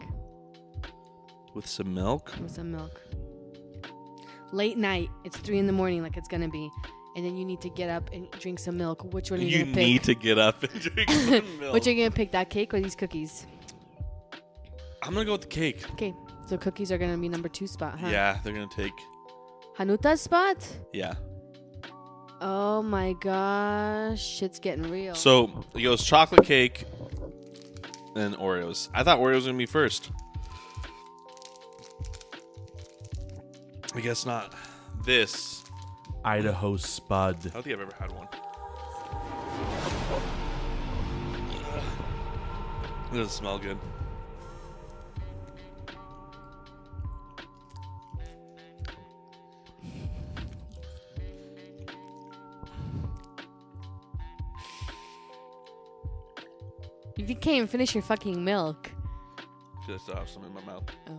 B: with some milk,
A: with some milk. Late night, it's three in the morning, like it's gonna be, and then you need to get up and drink some milk. Which one are you,
B: you
A: gonna pick?
B: need to get up and drink some milk.
A: Which are you gonna pick, that cake or these cookies?
B: I'm gonna go with the cake.
A: Okay, so cookies are gonna be number two spot, huh?
B: Yeah, they're gonna take.
A: Hanuta's spot.
B: Yeah.
A: Oh my gosh, shit's getting real.
B: So it goes chocolate cake and Oreos. I thought Oreos were gonna be first. I guess not. This.
E: Idaho Spud.
B: I don't think I've ever had one. It doesn't smell good.
A: you can't even finish your fucking milk.
B: Just have some in my mouth.
A: Oh.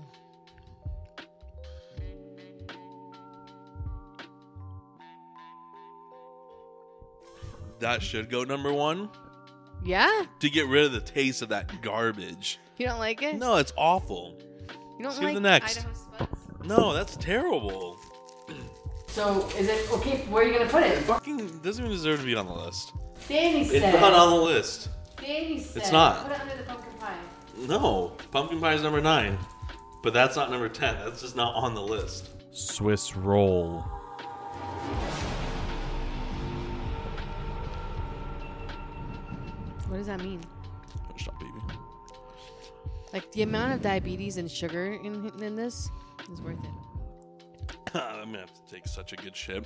B: That should go number one
A: Yeah,
B: to get rid of the taste of that garbage.
A: you don't like it.
B: No, it's awful.
A: you don't
B: skip
A: like
B: the next.
A: Idaho spots.
B: No, that's terrible.
A: So is it okay? Where are you gonna put it?
B: Fucking doesn't even deserve to be on the list.
A: Danny
B: It's
A: said.
B: not on the list.
A: Danny said.
B: not.
A: Put it under the pumpkin pie.
B: No, pumpkin pie is number nine, but that's not number ten. That's just not on the list.
E: Swiss roll.
A: What does that mean?
B: Stop, baby.
A: Like the amount of diabetes and sugar in in this is worth it.
B: I'm gonna have to take such a good shit.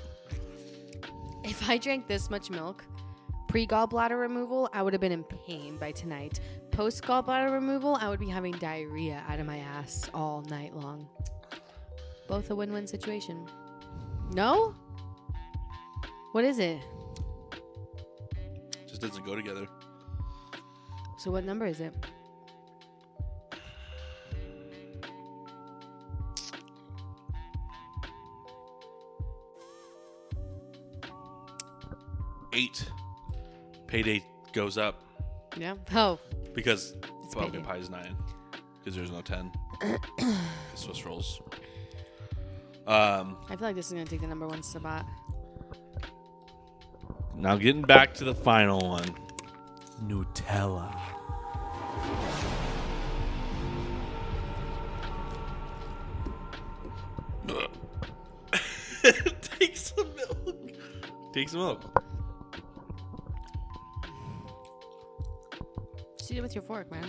A: If I drank this much milk, pre gallbladder removal, I would have been in pain by tonight. Post gallbladder removal, I would be having diarrhea out of my ass all night long. Both a win win situation. No? What is it?
B: Just doesn't go together.
A: So, what number is it?
B: Eight. Payday goes up
A: Yeah. Oh,
B: because
A: It's
B: pumpkin
A: payday.
B: pie is nine. Because there's no ten. 'Cause Swiss rolls. Um.
A: I feel like this is going to take the number one spot.
B: Now getting back to the final one.
E: Nutella.
B: Take some milk. Take some milk.
A: Just eat it with your fork, man.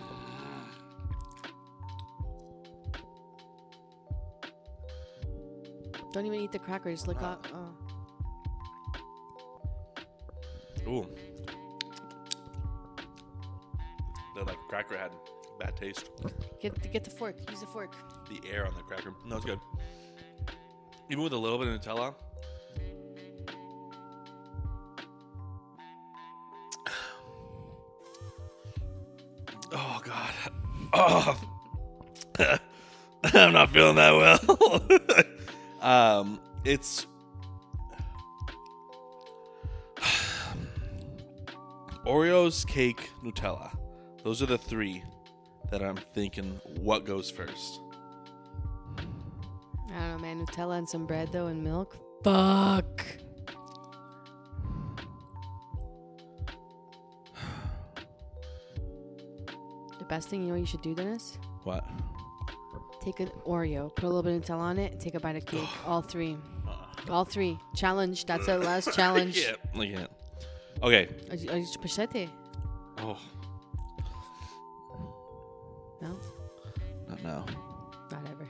A: Don't even eat the crackers. Look up. Oh.
B: Ooh. The like cracker had bad taste.
A: Get get the fork. Use the fork.
B: The air on the cracker. No, it's good. Even with a little bit of Nutella. Oh god. Oh. I'm not feeling that well. um, it's Oreos, cake, Nutella. Those are the three that I'm thinking what goes first.
A: I don't know, man. Nutella and some bread though, and milk. Fuck. The best thing you know you should do, Dennis.
B: What?
A: Take an Oreo, put a little bit of Nutella on it, and take a bite of cake. All three. All three. Challenge. That's our last challenge.
B: Yeah, I can't. Okay.
A: Are you, are you Pachete?
B: Oh,
A: No,
B: not now.
A: not ever.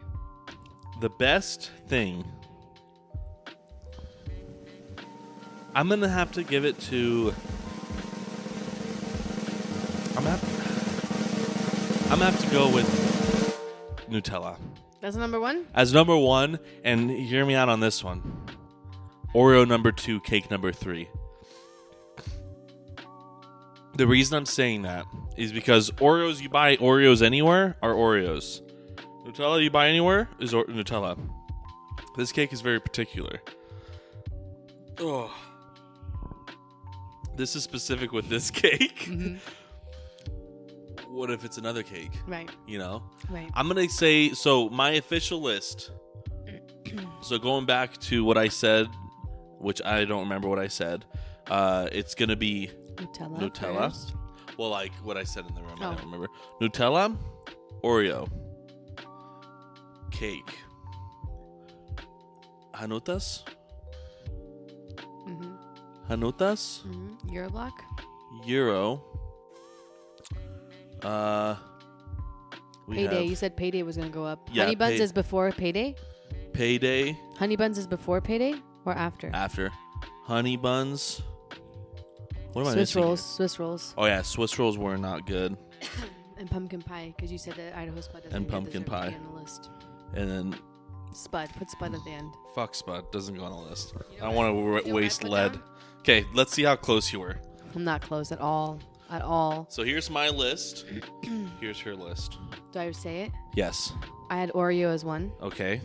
B: The best thing. I'm gonna have to give it to. I'm gonna have, I'm gonna have to go with Nutella.
A: That's number one.
B: as number one, and hear me out on this one. Oreo number two, cake number three. The reason I'm saying that is because Oreos you buy Oreos anywhere are Oreos. Nutella you buy anywhere is or- Nutella. This cake is very particular. Oh. This is specific with this cake. what if it's another cake?
A: Right.
B: You know?
A: Right.
B: I'm gonna say so. My official list. so going back to what I said, which I don't remember what I said. Uh, it's gonna be
A: Nutella.
B: Nutella.
A: first.
B: Well, like what I said in the room, I
A: Oh.
B: don't remember. Nutella, Oreo, cake, Hanutas,
A: Mhm.
B: Hanutas,
A: Mhm. Euro block. Mm-hmm.
B: Euro. Uh, we
A: Payday. You
B: have
A: said payday was gonna go up.
B: Yeah,
A: Honey buns
B: pay-
A: is before payday.
B: payday.
A: Honey buns is before payday or after.
B: after honey buns. What am I
A: Swiss
B: missing? here?
A: rolls. Swiss rolls
B: Oh yeah, Swiss rolls were not good,
A: and pumpkin pie because you said that Idaho Spud doesn't
B: And
A: get
B: pumpkin
A: dessert to be
B: pie.
A: on the list.
B: and then
A: Spud. Put Spud at the end.
B: fuck spud doesn't go on the list.
A: You know
B: I
A: what-
B: want to
A: you know what I
B: waste
A: put
B: lead.
A: down?
B: Okay, let's see how close you were.
A: I'm not close at all. At all.
B: So here's my list. here's her list.
A: Do I say it?
B: Yes.
A: I had Oreo as one.
B: Okay.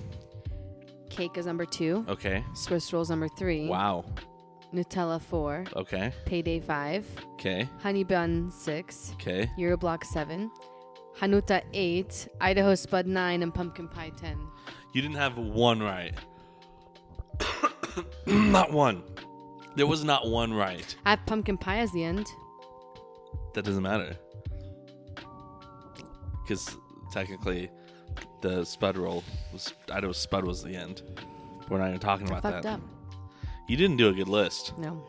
A: Cake is number two.
B: Okay.
A: Swiss rolls number three.
B: Wow.
A: Nutella four.
B: Okay.
A: Payday five.
B: Okay.
A: Honey bun six.
B: Okay.
A: Euro block seven. Hanuta eight. Idaho Spud nine and pumpkin pie ten.
B: You didn't have one right. not one. There was not one right.
A: I have pumpkin pie as the end.
B: That doesn't matter. Because technically, the Spud roll was Idaho Spud was the end. We're not even talking
A: I
B: about
A: fucked
B: that.
A: up.
B: You didn't do a good list.
A: No.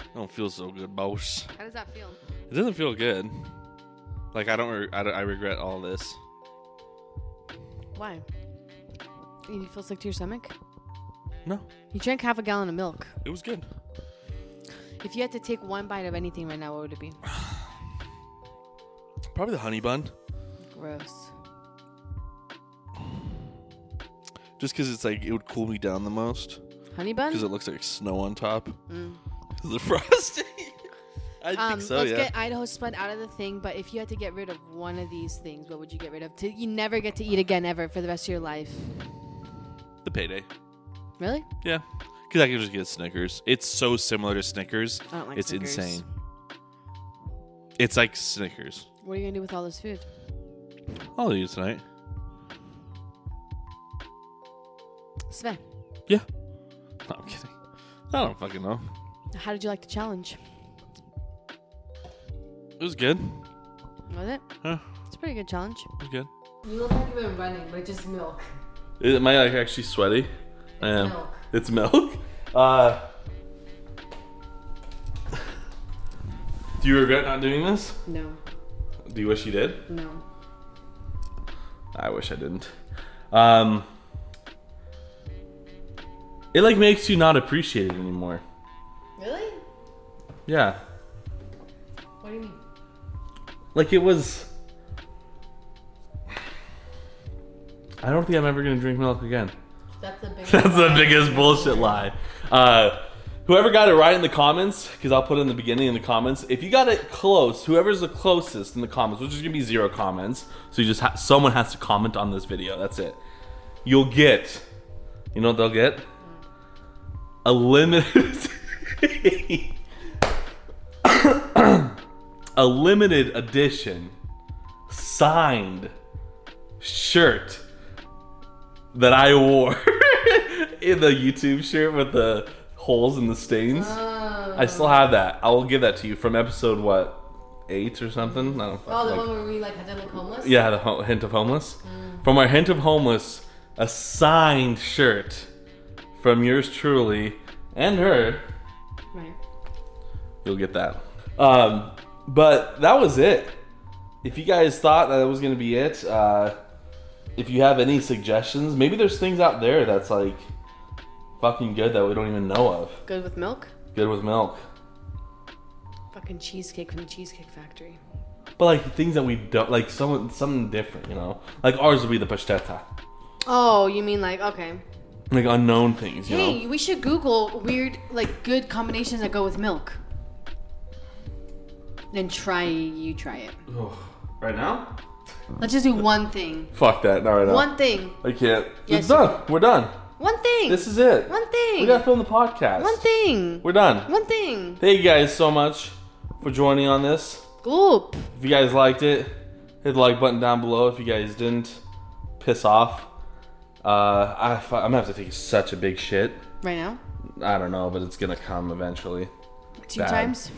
B: I don't feel so good, boss.
A: How does that feel?
B: It doesn't feel good. Like I don't. Re- I, don't- I regret all this.
A: Why? You feel sick to your stomach?
B: No,
A: You drank half a gallon of milk.
B: it was good.
A: If you had to take one bite of anything right now, what would it be?
B: Probably the honey bun,
A: Gross.
B: just because it's like it would cool me down the most,
A: Honey bun?
B: because it looks like snow on top.
A: Mm.
B: The frosting. I
A: Um,
B: think so.
A: let's
B: yeah.
A: get Idaho Spud out of the thing, but if you had to get rid of one of these things, what would you get rid of? To, you never get to eat again ever for the rest of your life.
B: the payday.
A: Really?
B: Yeah, because I could just get Snickers. It's so similar to Snickers.
A: I don't like
B: it's
A: Snickers.
B: insane. It's like Snickers.
A: What are you going to do with all this food?
B: I'll eat it tonight.
A: Sve,
B: Yeah. No, I'm kidding. I don't fucking know.
A: how did you like the challenge?
B: It was good.
A: Was it?
B: Huh?
A: It's a pretty good challenge.
B: It was good.
A: You look like you've been running, but just milk.
B: am I like actually sweaty? I am.
A: milk.
B: It's milk. Uh, Do you regret not doing this?
A: No,
B: Do you wish you did?
A: no.
B: I wish I didn't. Um, it like makes you not appreciate it anymore.
A: Really?
B: Yeah,
A: What do you mean?
B: like it was. I don't think I'm ever gonna drink milk again.
A: That's a big.
B: That's the biggest bullshit lie. Uh, whoever got it right in the comments, because I'll put it in the beginning in the comments. If you got it close, whoever's the closest in the comments, which is gonna be zero comments, so you just ha- someone has to comment on this video. That's it. You'll get, you know what they'll get? A limited, a limited edition signed shirt that I wore in the YouTube shirt with the holes and the stains.
A: Ah.
B: I still have that. I will give that to you from episode what eight or something. I don't.
A: Oh, the
B: like-
A: one where we like had to look homeless.
B: yeah, the ho- hint of homeless. From our hint of homeless, a signed shirt from yours truly and her.
A: Right.
B: You'll get that. Um, but that was it. If you guys thought that was gonna be it, uh, if you have any suggestions, maybe there's things out there that's like fucking good that we don't even know of.
A: Good with milk.
B: Good with milk,
A: Fucking cheesecake from the Cheesecake Factory.
B: but like things that we don't like, some something different, you know. Like ours would be the pasteta,
A: Oh, you mean like okay.
B: like unknown things, you know.
A: Hey, we should Google weird, like good combinations that go with milk. Then try you try it.
B: Ugh. Right now?
A: Let's just do one thing.
B: Fuck that. Not right now.
A: One thing.
B: I can't.
A: Yes,
B: it's done. We're done.
A: One thing.
B: This is it.
A: one thing.
B: We gotta film the podcast.
A: one thing.
B: We're done.
A: One thing.
B: Thank you guys so much for joining on this.
A: Goop.
B: If you guys liked it, hit the like button down below. If you guys didn't, piss off. Uh, I, fu- I'm gonna have to take such a big shit.
A: Right now.
B: I don't know, but it's gonna come eventually.
A: Two
B: Bad.
A: times.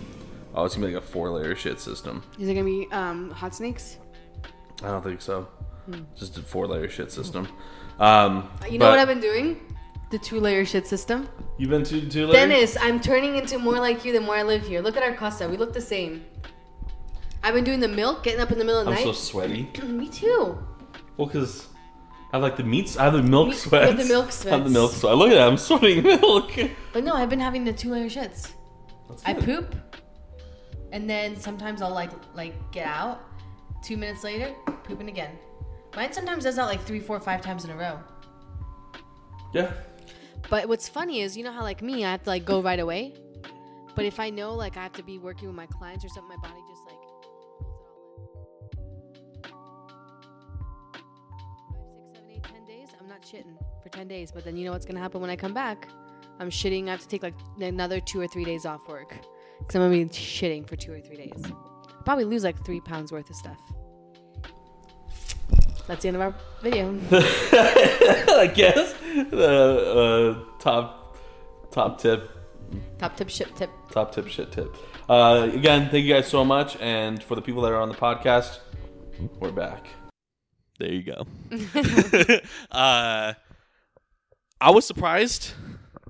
B: Oh, it's gonna be like a four layer shit system.
A: Is it gonna be um, hot snakes?
B: I don't think so. Just a four layer shit system. Um,
A: Hmm. You know
B: but-
A: what I've been doing? The two-layer shit system.
B: You've been to two layers?
A: Dennis, I'm turning into more like you the more I live here. Look at our Costa. We look the same. I've been doing the milk, getting up in the middle of the
B: I'm so
A: night.
B: sweaty.
A: Me too.
B: Well, because I have like the meats. I have the milk
A: Me- you
B: sweats.
A: have the milk
B: I have the
A: sweats.
B: milk sweat. Look at that. I'm sweating milk.
A: But no, I've been having the two layer shits.
B: That's
A: I
B: good.
A: poop, and then sometimes I'll like like get out. Two minutes later, pooping again. Mine sometimes does that like three, four, five times in a row.
B: Yeah.
A: But what's funny is, you know how like me, I have to like go right away. But if I know like I have to be working with my clients or something, my body just like holds it all in. Five, six, seven, eight, ten days. I'm not shitting for ten days. But then you know what's gonna happen when I come back? I'm shitting. I have to take like another two or three days off work because I'm gonna be shitting for two or three days. Probably lose like three pounds worth of stuff. That's the end of our video.
B: I guess the uh, top top tip
A: Top tip, ship tip.
B: top tip shit tip. Uh, again, thank you guys so much, and for the people that are on the podcast, we're back. There you go. uh, I was surprised.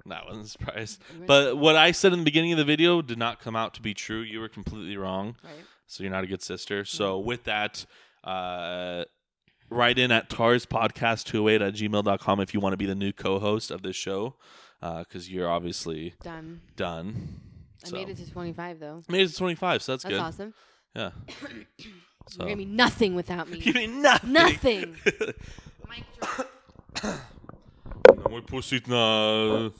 B: No, I wasn't surprised. But what I said in the beginning of the video did not come out to be true. You were completely wrong.
A: Right.
B: So you're not a good sister. So
A: Mm-hmm.
B: with that, uh, write in at tarspodcast28 at gmail.com if you want to be the new co host of this show because you're obviously
A: Done.
B: done.
A: I
B: So-
A: made it to 25 though.
B: Made it to 25, so that's,
A: That's
B: good.
A: awesome.
B: Yeah. So.
A: You're gonna be nothing without me.
B: You mean nothing.
A: nothing. Mic drop.
B: Nemoj pustit na...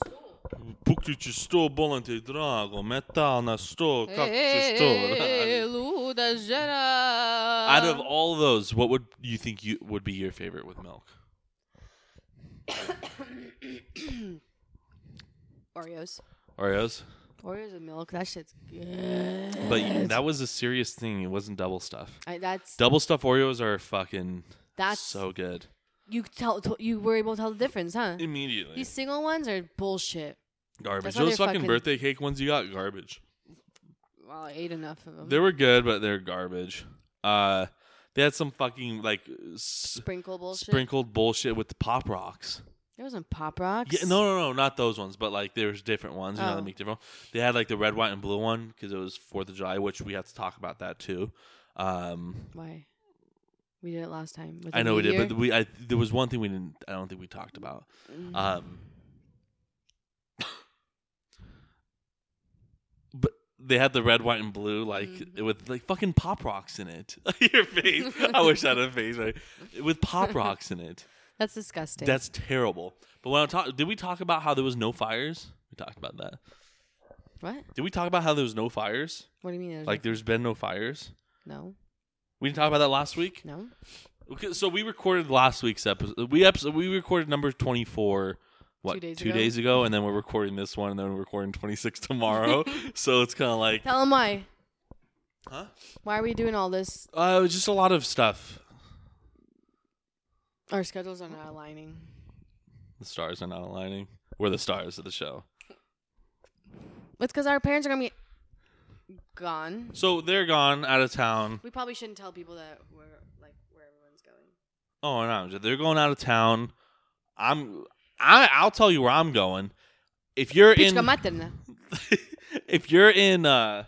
B: Puktit će sto, bolam te drago, metal na sto, kako će
A: Hey,
B: sto.
A: luda žena.
B: Out of all those, what would you think you would be your favorite with milk?
A: Oreos.
B: Oreos?
A: Oreos and milk. That shit's good.
B: But you- that was a serious thing. It wasn't double stuff.
A: I, that's
B: Double stuff Oreos are fucking
A: that's
B: so good.
A: you tell t- you were able to tell the difference, huh?
B: Immediately.
A: These single ones are bullshit.
B: garbage.
A: that's why
B: Those
A: they're
B: fucking,
A: fucking-
B: birthday cake ones you got, garbage.
A: Well, I ate enough of them.
B: They were good, but they're garbage. Uh, they had some fucking like s-
A: Sprinkle bullshit.
B: sprinkled bullshit with the pop rocks.
A: There wasn't Pop Rocks.
B: Yeah, no, no, no, not those ones, but like there's different ones. You know,
A: Oh.
B: they make different. They had like the red, white, and blue one because it was Fourth of July, which we had to talk about that too. Um,
A: Why? We did it last time. with
B: I
A: the
B: know we did,
A: meteor.
B: but we I, there was one thing we didn't. I don't think we talked about.
A: Mm.
B: Um, but they had the red, white, and blue, like
A: Mm-hmm.
B: with like fucking pop rocks in it. Your face. I wish I had a face right with pop rocks in it.
A: That's disgusting.
B: That's terrible. But when I talk, did we talk about how there was no fires? We talked about that.
A: what?
B: Did we talk about how there was no fires?
A: What do you mean? there's
B: Like
A: no-
B: there's been no fires.
A: no,
B: We didn't talk about that last week.
A: no.
B: Okay, so we recorded last week's episode. We episode we recorded number twenty four. What
A: Two days
B: two
A: ago.
B: days ago, and then we're recording this one, and then we're recording twenty six tomorrow. so it's kind of like
A: Tell him why.
B: Huh?
A: Why are we doing all this?
B: uh, it was just a lot of stuff.
A: Our schedules are not aligning.
B: The stars are not aligning. We're the stars of the show.
A: It's because our parents are gonna be gone.
B: So they're gone out of town.
A: We probably shouldn't tell people that we're like where everyone's going.
B: Oh no, they're going out of town. I'm I I'll tell you where I'm going. If you're in
A: Pichkamaterna.
B: if you're in uh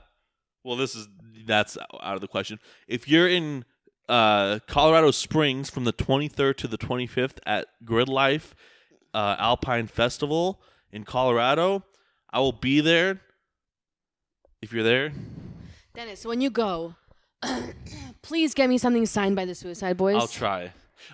B: well this is that's out of the question if you're in uh colorado springs from the 23rd to the 25th at grid life uh, alpine festival in colorado i will be there if you're there
A: Dennis, when you go, please get me something signed by the Suicide Boys.
B: i'll try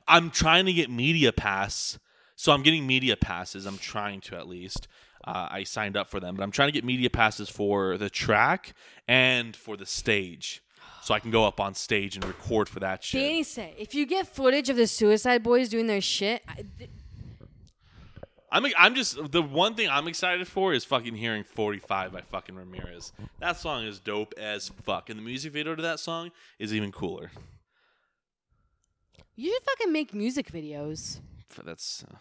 B: i'm trying to get media pass so i'm getting media passes i'm trying to at least uh, i signed up for them but i'm trying to get media passes for the track and for the stage so i can go up on stage and record for that shit
A: Danny said, if you get footage of the Suicide Boys doing their shit, I, th-
B: I'm e, I'm just the one thing I'm excited for is fucking hearing 45 by fucking Ramirez. That song is dope as fuck, and the music video to that song is even cooler.
A: you should fucking make music videos.
B: F- That's uh,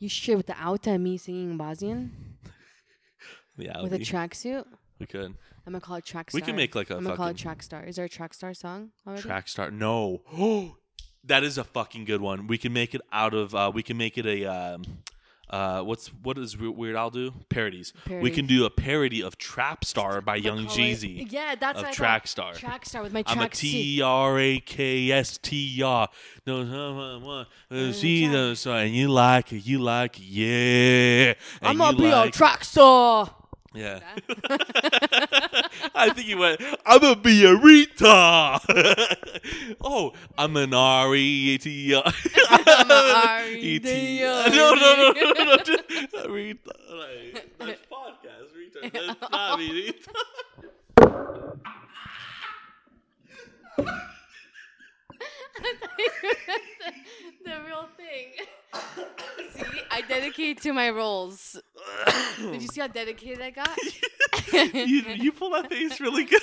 A: You should with the Alta and me singing Bosnian
B: yeah.
A: with
B: we,
A: a tracksuit.
B: we could
A: I'm gonna call it track star.
B: We can make, like, a
A: I'm gonna call it
B: fucking-
A: track star. Is there a track star song already?
B: track star. No, that is a fucking good one. We can make it out of. Uh, we can make it a. Um, uh, what's what does Weird Weird Al do? Parodies. We
A: Parodies.
B: can do a parody of Trap Star by Young
A: Call it-
B: Jeezy.
A: Yeah, that's what
B: of
A: I thought.
B: track star.
A: Track star with my
B: I'm a
A: track suit.
B: T R A K S T R. No, no, no, no, see those, so- and you like it, you like it, yeah. And
A: I'm gonna
B: you
A: be a
B: like it.
A: track star.
B: Yeah. I think he went. I'm gonna be a retard. oh, I'm an R E T R.
A: I'm a
B: E T.
A: R.E.T..
B: No, no, no, no, no, no. just- a Retard. Like, That's podcast retard. That's not me. Retard.
A: the real thing. see, I dedicate to my roles. Did you see how dedicated I got?
B: You you pull that face really good.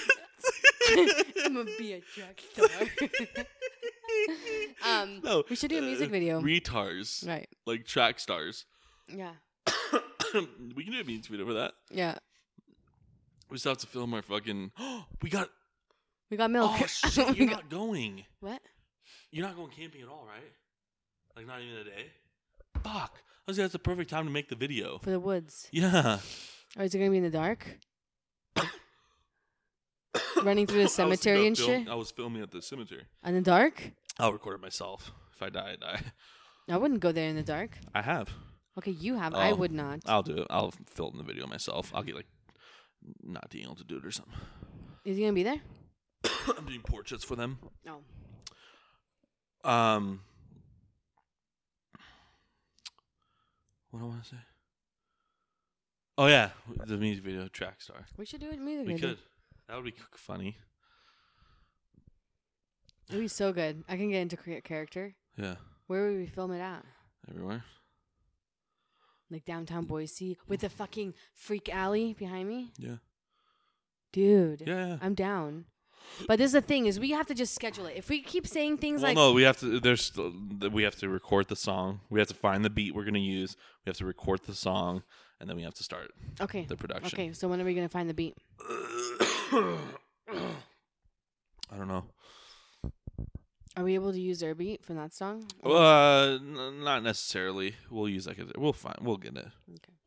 A: I'm gonna be a track star. um,
B: No, uh,
A: we should do a music video.
B: Retards.
A: right.
B: like track stars.
A: Yeah.
B: we can do a means video for that.
A: Yeah.
B: We just have to film our fucking. we got.
A: We got milk.
B: Oh shit!
A: We
B: You're
A: got-
B: not going.
A: what?
B: You're not going camping at all, right? Like not even a day. Fuck! I was like, that's the perfect time to make the video.
A: For the woods.
B: Yeah.
A: Or is it gonna be in the dark? Running through the
B: I was- no,
A: cemetery and
B: film-
A: shit?
B: I was filming at the cemetery.
A: In the dark?
B: I'll record it myself. If I die, I die.
A: I wouldn't go there in the dark.
B: I have.
A: Okay, you have. I
B: Oh.
A: would not.
B: I'll do it. I'll film the video myself. I'll get like not Daniel to do it or something.
A: Is he gonna be there?
B: I'm doing portraits for them.
A: No.
B: Um, what do I want to say? Oh yeah, the music video track star.
A: We should do a music
B: We
A: video.
B: could. That would be c- funny.
A: It'd be so good. I can get into create character.
B: Yeah,
A: Where would we film it at?
B: everywhere.
A: Like downtown Boise with the fucking freak alley behind me,
B: Yeah,
A: dude.
B: yeah. yeah.
A: I'm down. But this is the thing: is we have to just schedule it. If we keep saying things
B: Well,
A: like,
B: no, we have to. There's still- th- we have to record the song. We have to find the beat we're gonna use. We have to record the song, and then we have to start
A: okay,
B: the production.
A: okay, so when are we gonna find the beat?
B: I don't know.
A: Are we able to use their beat from that song?
B: Uh, n- not necessarily. We'll use like a, we'll find we'll get it.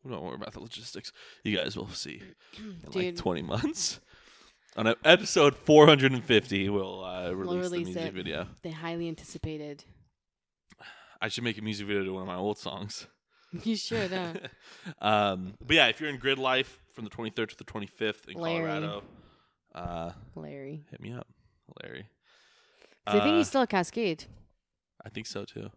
B: Don't worry about the logistics. You guys will see in like
A: Dude.
B: twenty months. On a- episode four hundred and fifty, we'll uh, release,
A: release
B: the music
A: it.
B: video.
A: They highly anticipated.
B: I should make a music video to one of my old songs.
A: You should, huh?
B: um, but yeah, if you're in Grid Life from the 23rd to the 25th in
A: Larry.
B: Colorado, uh,
A: Larry.
B: hit me up, Larry.
A: 'Cause I think
B: Uh,
A: he's still at Cascade.
B: I think so too.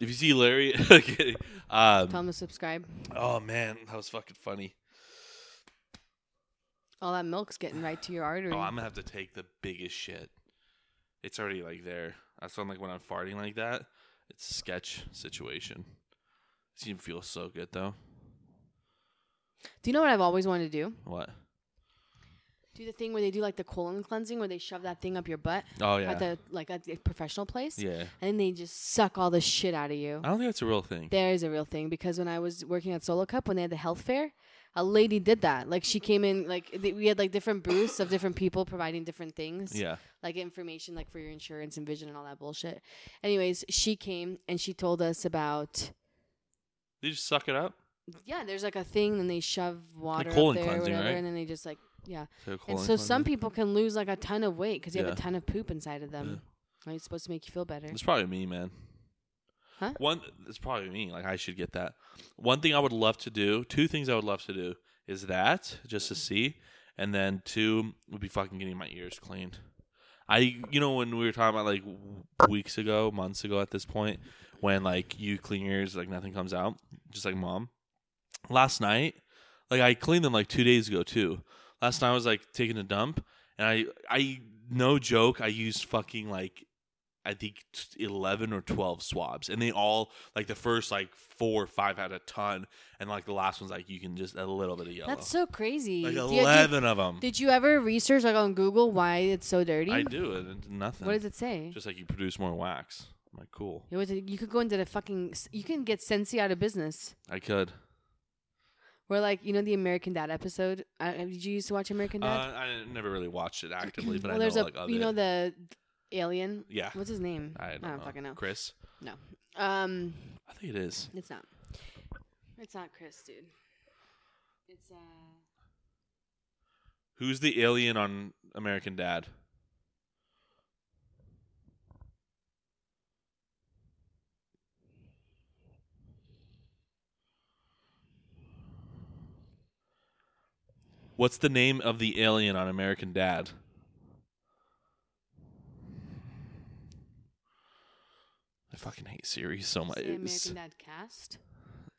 B: If you see Larry, okay, um,
A: Tell him to subscribe.
B: Oh man, that was fucking funny.
A: All that milk's getting right to your artery.
B: Oh, I'm gonna have to take the biggest shit. It's already like there. That's why I'm like when I'm farting like that, it's a sketch situation. It even feels so good though.
A: do you know what I've always wanted to do?
B: What?
A: Do the thing where they do like the colon cleansing, where they shove that thing up your butt
B: Oh yeah.
A: at the like at the professional place,
B: yeah. Uh
A: and then they just suck all the shit out of you.
B: I don't think that's a real thing.
A: There is a real thing because when I was working at Solo Cup when they had the health fair, a lady did that. Like she came in, like th- we had like different booths of different people providing different things,
B: Yeah.
A: like information like for your insurance and vision and all that bullshit. Anyways, she came and she told us about
B: They just suck it up.
A: yeah, there's like a thing, then they shove water
B: colon
A: up there, or
B: cleansing,
A: whatever,
B: right?
A: and then they just like yeah.
B: So
A: And
B: colon
A: so some
B: cleansing.
A: people can lose like a ton of weight because you have
B: Yeah.
A: a ton of poop inside of them. Like, It's supposed to make you feel better.
B: It's probably me, man.
A: Huh?
B: One, it's probably me. Like I should get that. One thing I would love to do. Two things I would love to do is that just to see, and then two would be fucking getting my ears cleaned. I, you know, when we were talking about like w- weeks ago, months ago, at this point, when like you clean your ears, like nothing comes out, just like mom. Last night, like I cleaned them like two days ago too. Last night I was like taking a dump, and I, I no joke, I used fucking like I think t- 11 or 12 swabs. And they all, like the first like four or five had a ton. And like the last one's like, you can just a little bit of yellow.
A: That's so crazy.
B: like
A: Do you- do-
B: 11 of them.
A: Did you ever research like on Google why it's so dirty?
B: I do it. and Nothing.
A: What does it say?
B: Just like you produce more wax. I'm like, cool.
A: It was a- you could go into the fucking. s- You can get Sensi out of business.
B: I could.
A: Where like you know the American Dad episode. Uh, did you used to watch American
B: Uh,
A: Dad?
B: I never really watched it actively, but
A: well,
B: I know
A: there's a
B: like of
A: you
B: it.
A: know the alien.
B: Yeah.
A: What's his name?
B: I don't, know.
A: fucking know.
B: Chris?
A: No. Um,
B: I think it is.
A: it's not. It's not Chris, dude. It's uh.
B: Who's the alien on American Dad? What's the name of the alien on American Dad? I fucking hate Siri so much.
A: say
B: It's,
A: American Dad cast.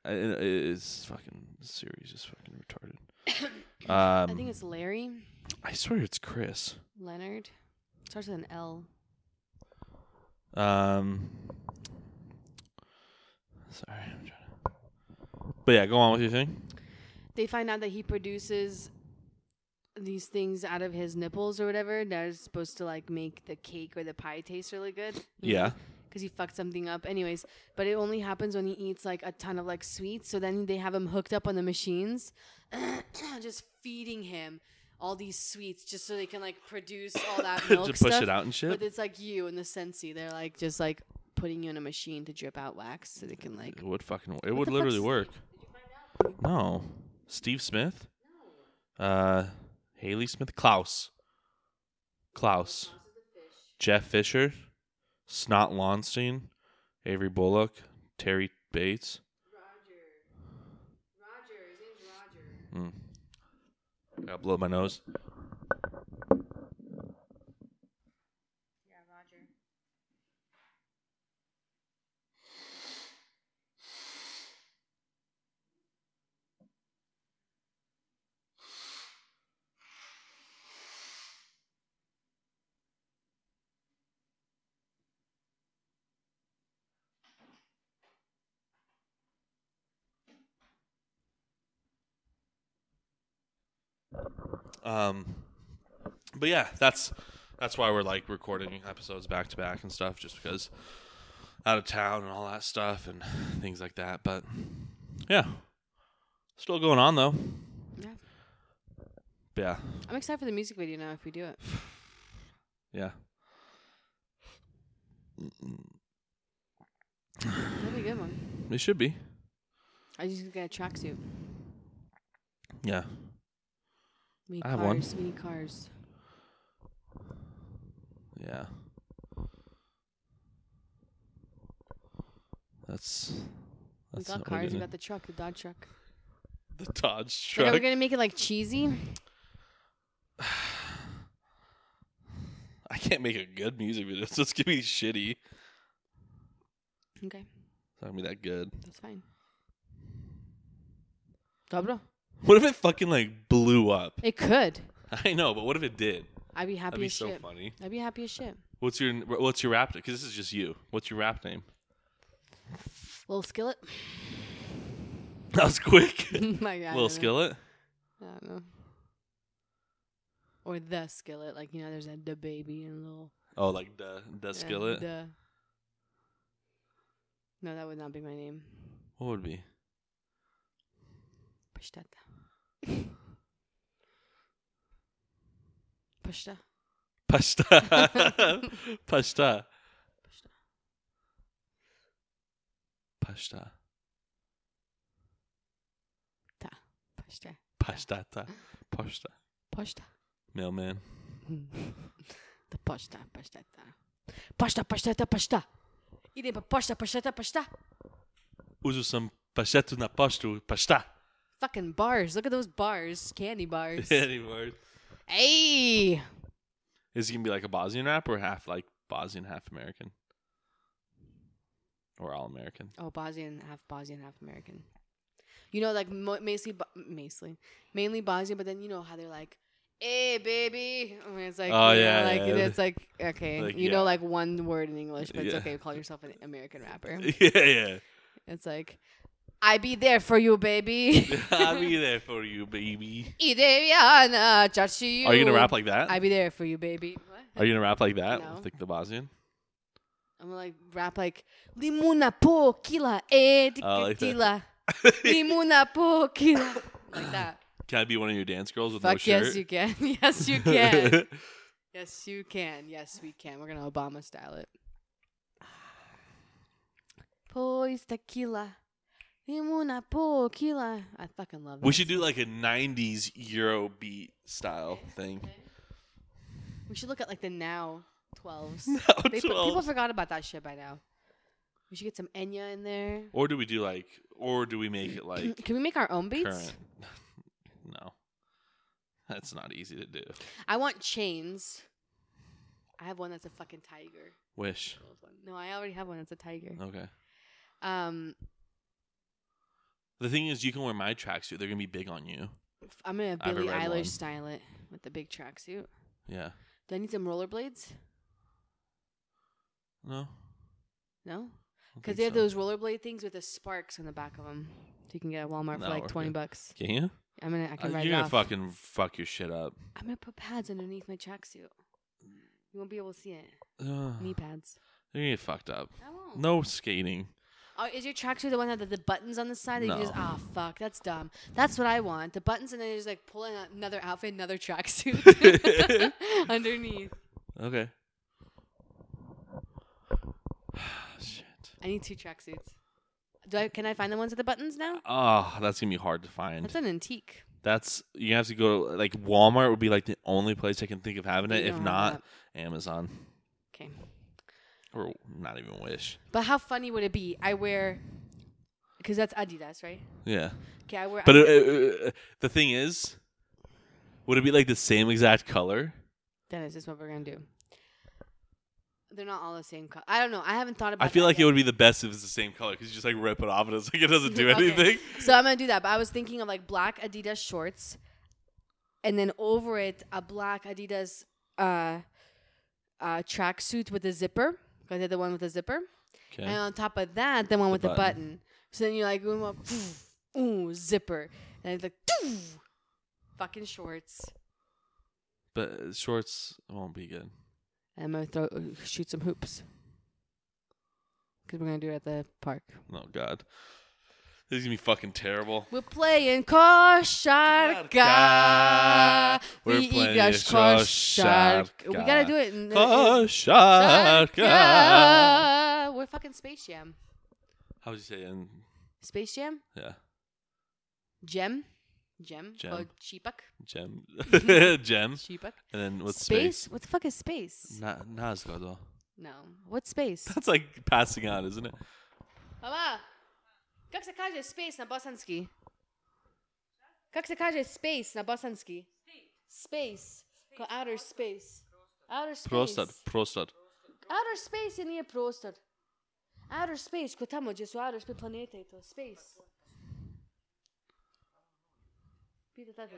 B: I- it- it's fucking Siri's just fucking retarded. Um,
A: I think it's Larry
B: I swear it's Chris.
A: Leonard. Starts with an L.
B: Um, sorry, I'm trying to. But yeah, go on with your thing.
A: they find out that he produces these things out of his nipples or whatever that is supposed to like make the cake or the pie taste really good.
B: Yeah.
A: Because he fucked something up. Anyways, but it only happens when he eats like a ton of like sweets. So then they have him hooked up on the machines, just feeding him all these sweets just so they can like produce all that milk.
B: to push
A: stuff.
B: it out and shit.
A: But it's like you and the Sensi. They're like just like putting you in a machine to drip out wax so they can like.
B: It would fucking. It would literally work. No, Steve Smith. Uh, Haley Smith, Klaus. Klaus. Jeff Fisher, Snot Lonstein, Avery Bullock, Terry Bates. Roger. Roger. His name's Roger. Hmm. I gotta blow my nose. Um, but yeah, that's that's why we're like recording episodes back to back and stuff, just because out of town and all that stuff and things like that. But yeah, still going on though.
A: Yeah.
B: Yeah,
A: I'm excited for the music video now if we do it.
B: yeah.
A: That'd be a good one.
B: It should be.
A: I just got a tracksuit.
B: Yeah.
A: We need
B: I
A: cars.
B: have one.
A: We need cars.
B: Yeah. That's.
A: We
B: that's
A: got
B: what we're
A: cars. We
B: gonna-
A: got the truck, the Dodge truck.
B: the Dodge
A: Like, are
B: truck.
A: we gonna make it like cheesy?
B: I can't make a good music video, so it's gonna be shitty. It's
A: Okay,
B: not gonna be that good.
A: that's fine. Dobro.
B: What if it fucking like blew up?
A: It could.
B: I know, but what if it did?
A: I'd be happy
B: That'd be
A: as
B: so
A: shit.
B: funny.
A: I'd be happy as shit.
B: What's your what's your rap name? Because this is just you. What's your rap name?
A: Little skillet.
B: That was quick.
A: like, I
B: Little
A: don't know.
B: skillet.
A: I don't know. Or the skillet, like you know, there's a the baby and little
B: Oh, like the the
A: uh,
B: skillet.
A: the- No, that would not be my name.
B: What would it be?
A: Pashta. Pashta.
B: Pasta.
A: Pashta.
B: Pasta. Pasta.
A: Pashta.
B: Pastata. Pasta.
A: Pashta.
B: Mailman.
A: The pashta, pashtata. Pashta, pashtata, pashta. Idem pa pashta, pashtata, pashta.
B: Uzu sam pašetu na paštu. Pasta.
A: Fucking bars. Look at those bars. Candy bars.
B: Anymore.
A: hey!
B: Is it gonna be like a Bosnian rap or half like Bosnian, half American? Or all American?
A: Oh, Bosnian, half Bosnian, half American. You know, like mo- mostly, Bo- mostly, mainly Bosnian, but then you know how they're like, "Hey, baby," I mean, it's like,
B: Oh,
A: you know,
B: yeah,
A: like
B: yeah.
A: it's like okay,
B: Like,
A: you
B: yeah.
A: know, like one word in English, but it's
B: Yeah.
A: okay to call yourself an American rapper.
B: yeah,
A: It's like, "I be there for you, baby."
B: yeah. I'll be there for you, baby.
A: Ideana, Chachi.
B: Are you gonna rap like that?
A: I be there for you, baby. What?
B: Are you gonna rap like that?
A: No.
B: Like the Bosnian?
A: I'm gonna like rap like limuna po kila ed
B: I like that.
A: kila limuna po kila like that.
B: Can I be one of your dance girls with no
A: Fuck
B: shirt?
A: yes, you can. Yes, you can. yes, you can. Yes, we can. We're gonna Obama style it. Poise tequila, limuna po kila. I fucking love.
B: we
A: that
B: should do
A: song.
B: like a '90s Euro beat style thing.
A: We should look at like the now twelves.
B: Now
A: They put- people
B: 12s.
A: forgot about that shit by now. We should get some Enya in there.
B: Or do we do like? Or do we make it like
A: Can we make our own beats?
B: current? no, that's not easy to do.
A: I want chains. I have one that's a fucking tiger.
B: Wish.
A: No, I already have one that's a tiger.
B: Okay.
A: Um,
B: The thing is, you can wear my tracksuit. They're gonna be big on you.
A: f- I'm gonna
B: I have a
A: Billie
B: red
A: Eilish
B: one.
A: style it with the big tracksuit.
B: Yeah.
A: Do I need some rollerblades?
B: No.
A: No,
B: I don't
A: because
B: think
A: they have
B: so.
A: those rollerblade things with the sparks on the back of them. So you can get at Walmart
B: No,
A: for like
B: we're
A: twenty
B: good.
A: bucks.
B: Can you?
A: I'm gonna I
B: Uh,
A: can write
B: you're
A: it
B: gonna
A: off.
B: fucking fuck your shit up.
A: I'm gonna put pads underneath my tracksuit. You won't be able to see it.
B: Ugh.
A: Knee pads.
B: You're gonna get fucked up.
A: I won't.
B: No skating.
A: Oh, is your tracksuit the one that the, the buttons on the side that you just
B: No.
A: ah fuck that's dumb. That's what I want. The buttons and then you're just like pulling out another outfit, another tracksuit underneath.
B: Okay. Shit.
A: I need two tracksuits. Do I can I find the ones with the buttons now?
B: Oh, that's gonna be hard to find.
A: That's an antique.
B: That's you have to go like Walmart would be like the only place I can think of having
A: They
B: it. If
A: don't have
B: not, Amazon
A: Okay.
B: or not even Wish.
A: But how funny would it be? I wear because that's Adidas, right?
B: Yeah,
A: Okay, I wear
B: but uh,
A: Adidas.
B: uh, uh, the thing is, would it be like the same exact color?
A: Dennis, this is what we're gonna do. They're not all the same color. I don't know. I haven't thought about
B: I feel
A: that
B: like
A: yet.
B: it would be the best if it's the same color because you just like rip it off and it's like it doesn't do
A: Okay.
B: anything.
A: So I'm gonna do that. But I was thinking of like black Adidas shorts, and then over it a black Adidas uh, uh, tracksuit with a zipper. 'cause I did the one with a zipper,
B: Okay.
A: and on top of that, the one with the button.
B: button.
A: So then you're like, ooh, well, phew, ooh zipper, and it's like, doo, fucking shorts.
B: But uh, shorts won't be good.
A: And I'm gonna throw shoot some hoops. Cause we're gonna do it at the park.
B: Oh God. This is gonna be fucking terrible.
A: We're playing košarka.
B: We're
A: We
B: playing
A: igraš košarka. We gotta do it in, in- in
B: Koshaka.
A: košarka. We're fucking Space Jam.
B: How would you say it? in
A: Space Jam?
B: Yeah,
A: Gem? Gem?
B: Gem.
A: Or Cheepak?
B: gem, gem,
A: Cheepak?
B: and then what's
A: space?
B: space?
A: What the fuck is space?
B: Na- Nazca, though.
A: No. What's space?
B: That's like passing out, isn't it?
A: Mama, kak se kaže space na bosanski? Kak se kaže space na bosanski? Space. Ko outer space. Outer space.
B: Prostor, prostor.
A: Outer space je nije prostor. Outer space, ko tamo gdje su outer space planete i to. Space. Pita tata.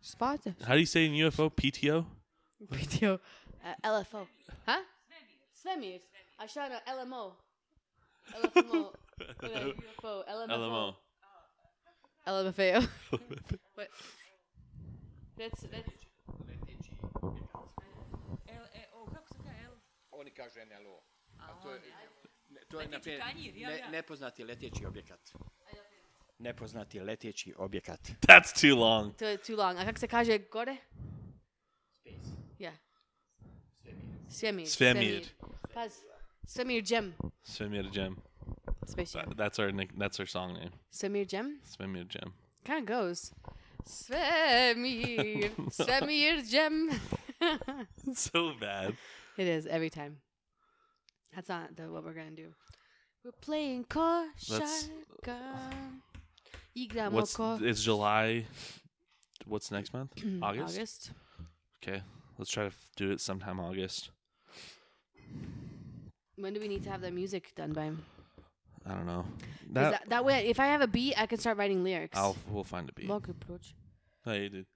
A: Spate.
B: How do you say in UFO? PTO?
A: Pitio. LFO. Ha? Svemir. A šta ono? LMO. LFMO. Ili UFO. LMFO.
B: LMO.
A: LMFAO. What? That's, that's...
F: Oni kažu NLO. A to je, ne, to je naprijed, ne, nepoznati letjeći objekat. Nepoznati letjeći objekat.
B: That's too long.
A: To je too long. A kak se kaže gore? Yeah. Svemir.
B: Svemir.
A: Paz. Svemir Gem.
B: Svemir Gem.
A: Space Jam.
B: That- That's our nick. That's our song name.
A: Svemir Gem?
B: Svemir Gem.
A: Kind of goes. Svemir. Svemir Gem.
B: so bad.
A: It is every time. That's not the, what we're gonna do. We're playing košarka. Igramo
B: What's
A: ko-
B: it's July? What's next month? August.
A: August.
B: Okay, let's try to f- do it sometime August.
A: When do we need to have that music done by? 'Cause
B: I don't know.
A: That,
B: That,
A: that, way, if I have a beat, I can start writing lyrics.
B: I'll we'll find a beat.
A: Log approach.
B: Hey, dude,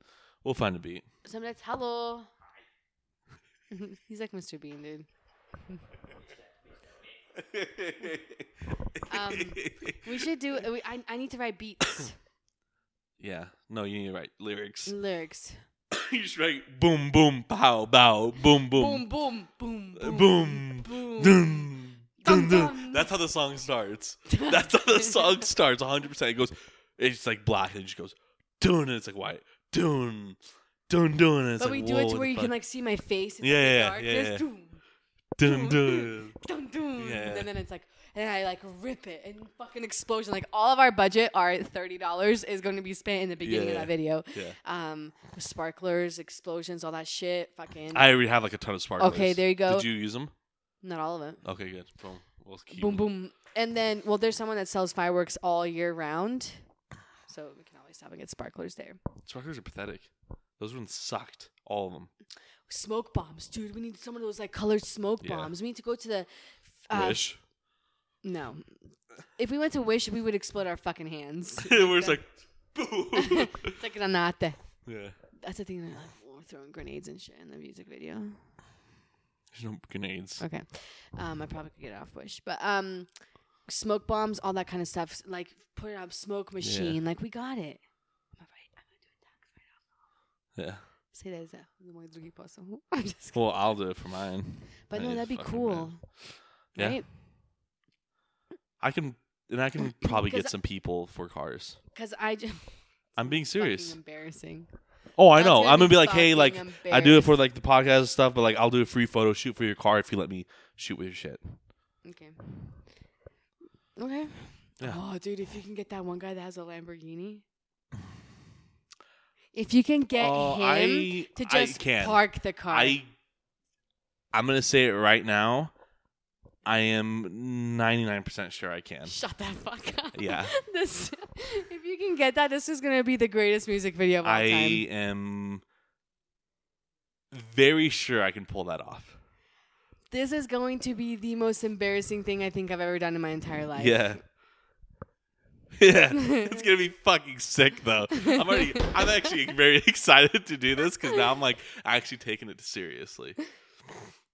B: we'll find a beat.
A: Sometimes hello. He's like Mr. Bean, dude. um, we should do. We, I I need to write beats,
B: Yeah. No, you need to write lyrics.
A: lyrics.
B: you just write boom boom pow bow boom
A: Boom,
B: boom
A: boom, boom,
B: boom
A: boom,
B: boom
A: boom. Dum,
B: dun, dun, dun.
A: dum.
B: That's how the song starts. That's how the song starts. 100. percent It goes. It's like black and it just goes dun and it's like white dun dun dun. And it's
A: But
B: like,
A: we do it
B: whoa,
A: to
B: what
A: where
B: the
A: you
B: fuck?
A: can like see my face. It's
B: Yeah,
A: like
B: yeah,
A: dark.
B: yeah,
A: There's
B: yeah.
A: doom,
B: dun dun.
A: dum, doom.
B: Yeah.
A: And then it's like, and I like rip it and fucking explosion. Like all of our budget, our thirty dollars is going to be spent in the beginning of
B: Yeah.
A: that video.
B: Yeah.
A: Um, sparklers, explosions, all that shit. Fucking
B: I already have like a ton of sparklers.
A: Okay, there you go.
B: Did you use them?
A: not all of it.
B: Okay, good. Boom. We'll keep
A: boom
B: 'em.
A: boom and then well there's someone that sells fireworks all year round so we can always stop and get sparklers there
B: Sparklers are pathetic. Those ones sucked. All of them.
A: smoke bombs dude we need some of those like colored smoke
B: Yeah.
A: bombs we need to go to the uh,
B: Wish.
A: no if we went to wish we would explode our fucking hands
B: We're just like, boom.
A: it's like granate
B: yeah.
A: that's the thing that like, we're throwing grenades and shit in the music video
B: There's no grenades.
A: okay um i probably could get it off wish but um smoke bombs all that kind of stuff s- like put it up smoke machine like we got it am i right i'm gonna do a tax right
B: Yeah.
A: Say that as a the more drugi posao. I'm just kidding.
B: Well, I'll do it for mine.
A: But
B: I
A: no,
B: need
A: that'd be
B: fucking
A: cool.
B: Yeah.
A: Right?
B: I can, and I can probably get
A: 'Cause-
B: some people for cars.
A: Because I just
B: I'm being serious.
A: fucking embarrassing.
B: oh, I
A: That's
B: know.
A: gonna
B: I'm gonna
A: be
B: be like, hey, like,
A: fucking
B: I do it for like the podcast and stuff, but like, I'll do a free photo shoot for your car if you let me shoot with your shit.
A: Okay. Okay.
B: Yeah.
A: Oh, dude, if you can get that one guy that has a Lamborghini. If you can get
B: Oh,
A: him
B: I-
A: to
B: I
A: just
B: can.
A: park the car.
B: I, I'm gonna say it right now. I am 99% sure I can.
A: Shut that fuck up.
B: Yeah.
A: this, if you can get that, this is gonna be the greatest music video of all
B: I
A: time.
B: am very sure I can pull that off.
A: This is going to be the most embarrassing thing I think I've ever done in my entire life.
B: Yeah. Yeah, it's gonna be fucking sick though. I'm already, I'm actually very excited to do this because now I'm like actually taking it seriously.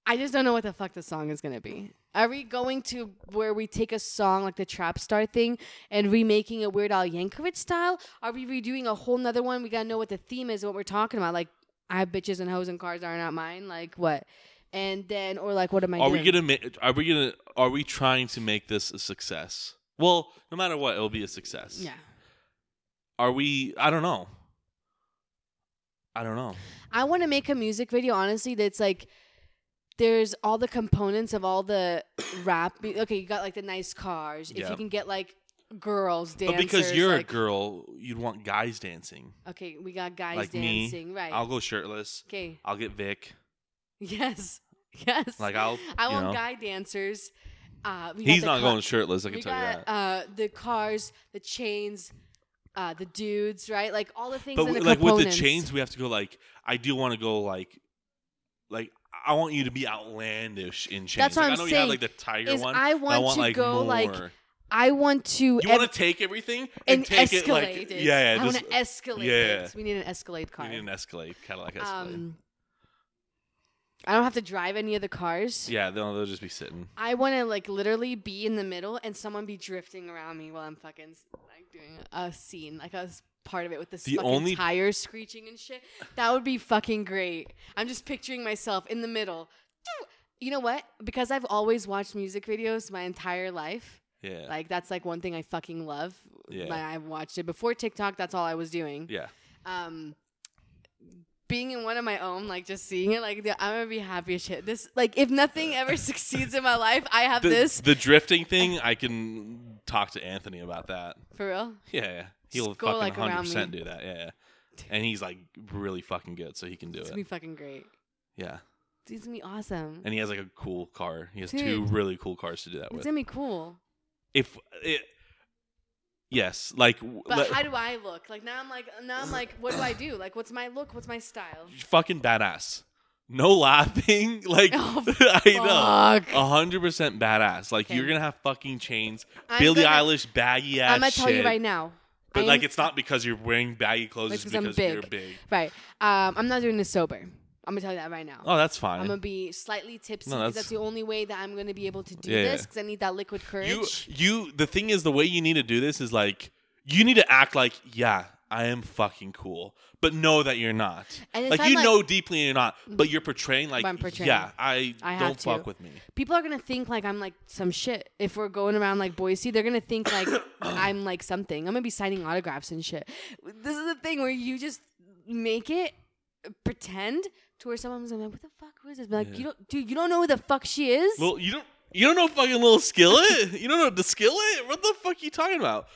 A: I just don't know what the fuck the song is gonna be. Are we going to where we take a song like the trap star thing and remaking it Weird Al Yankovic style? Are we redoing a whole nother one? We gotta know what the theme is, what we're talking about. Like, I have bitches and hoes and cars are not mine. Like what? And then or like what am I?
B: Are we
A: doing?
B: gonna make? Are we gonna? Are we trying to make this a success? Well, no matter what, it'll be a success.
A: Yeah.
B: Are we? I don't know. I don't know.
A: I want to make a music video, honestly, that's like there's all the components of all the rap. mu- Okay, you got like the nice cars. If
B: Yeah.
A: you can get like girls dancing.
B: But because you're a girl, you'd want guys dancing.
A: Okay, we got guys
B: like
A: dancing,
B: me.
A: right?
B: I'll go shirtless.
A: okay.
B: I'll get Vic.
A: Yes. Yes.
B: Like, I'll-
A: I
B: you
A: want
B: know.
A: guy dancers. Uh, we got
B: He's
A: the
B: not
A: car-
B: going shirtless. I can
A: We
B: tell you that.
A: got uh, the cars, the chains, uh, the dudes, right? Like all the things.
B: but
A: and the
B: w- like with the
A: components.
B: chains, we have to go like I do want to go like like I want you to be outlandish in chains.
A: That's what
B: like,
A: I'm
B: I know you have
A: saying,
B: like the tiger
A: is
B: one.
A: I
B: but
A: want to
B: like,
A: go, like,
B: more.
A: I want to.
B: you
A: ev-
B: want to take everything and,
A: and
B: take
A: escalate
B: it like
A: it.
B: yeah, yeah
A: I want
B: just
A: to escalate
B: yeah.
A: it. We need an Escalade car.
B: we need an Escalade, kind of like Escalade.
A: um, I don't have to drive any of the cars.
B: yeah, they'll they'll just be sitting.
A: I want to like literally be in the middle and someone be drifting around me while I'm fucking like doing a scene, like a s- part of it with the,
B: The
A: fucking
B: only-
A: tires screeching and shit. That would be fucking great. I'm just picturing myself in the middle. You know what? Because I've always watched music videos my entire life.
B: Yeah,
A: Like that's like one thing I fucking love.
B: Yeah.
A: Like, I've watched it before TikTok. That's all I was doing.
B: yeah.
A: Um, being in one of my own, like just seeing it, like the, I'm gonna be happy as shit. This, like, if nothing ever succeeds in my life, I have
B: The,
A: this
B: the drifting thing, I can talk to Anthony about that.
A: for real.
B: Yeah, yeah. he'll
A: Just go,
B: fucking
A: like,
B: hundred
A: around
B: percent
A: me.
B: do that. Yeah, yeah, and he's like really fucking good, so he can do
A: It's
B: it.
A: gonna be fucking great.
B: yeah.
A: It's gonna be awesome.
B: and he has like a cool car. He has two
A: Dude.
B: really cool cars to do that
A: It's
B: with.
A: gonna be cool.
B: if it, yes, like w-
A: But
B: let-
A: how do I look? Like now I'm like now I'm like, what do I do? Like, what's my look? What's my style?
B: fucking badass. No laughing, like
A: Oh,
B: I
A: fuck.
B: know, a hundred percent badass. Like you're
A: Okay.
B: gonna have fucking chains,
A: I'm
B: Billie
A: gonna-
B: Eilish baggy ass.
A: I'm gonna tell you
B: shit.
A: right now.
B: but
A: I
B: like
A: am-
B: it's not because you're wearing baggy clothes;
A: It's
B: it's
A: 'cause I'm
B: because
A: big.
B: you're big.
A: right. Um, I'm not doing this sober. I'm gonna tell you that right now.
B: Oh, that's fine.
A: I'm gonna be slightly tipsy
B: No,
A: 'cause that's,
B: that's-
A: the only way that I'm gonna be able to do
B: Yeah,
A: this
B: yeah.
A: because I need that liquid courage.
B: you, you. The thing is, the way you need to do this is like you need to act like, yeah, I am fucking cool, but know that you're not.
A: And if
B: like
A: I'm,
B: you
A: like-
B: know deeply you're not, but you're portraying like,
A: I'm portraying.
B: yeah, I,
A: I have
B: don't
A: to.
B: fuck with me.
A: people are gonna think like I'm like some shit. If we're going around like Boise, they're gonna think like I'm like something. I'm gonna be signing autographs and shit. This is the thing where you just make it pretend to where someone's like, "What the fuck who is this?" Be like, "You don't, dude, you don't know who the fuck she is."
B: Well, you don't, you don't know fucking little skillet. you don't know the skillet. What the fuck you talking about?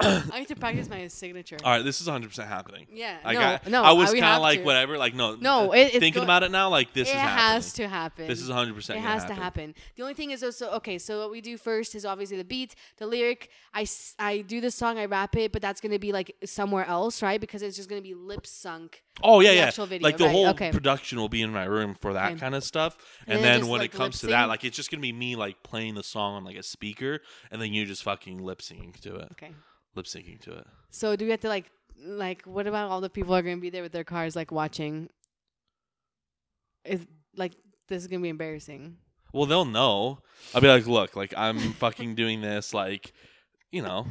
A: I need to practice my signature.
B: All right, this is 100 percent happening.
A: Yeah,
B: Like,
A: no,
B: I,
A: no,
B: I was
A: we
B: kind
A: have
B: of like
A: to.
B: whatever. Like no,
A: No,
B: uh,
A: it- it's
B: thinking
A: go-
B: about it now, like this
A: it
B: is
A: has
B: happening.
A: to happen.
B: This is 100 percent.
A: It has to happen. The only thing is also okay. So what we do first is obviously the beat, the lyric. I s- I do the song, I rap it, but that's gonna be like somewhere else, right? Because it's just gonna be lip sunk.
B: Oh yeah,
A: the
B: yeah.
A: actual video,
B: like the
A: right,
B: whole
A: okay.
B: production will be in my room for that
A: Okay.
B: kind of stuff.
A: And then
B: And, then
A: just,
B: when
A: like,
B: it comes to
A: lip sync?
B: that, like it's just gonna be me like playing the song on like a speaker, and then you just fucking lip syncing to it,
A: Okay.
B: lip syncing to it.
A: So do we have to like like what about all the people who are gonna be there with their cars like watching? Is like this is gonna be embarrassing.
B: Well, they'll know. I'll be like, look, like I'm fucking doing this, like, you know,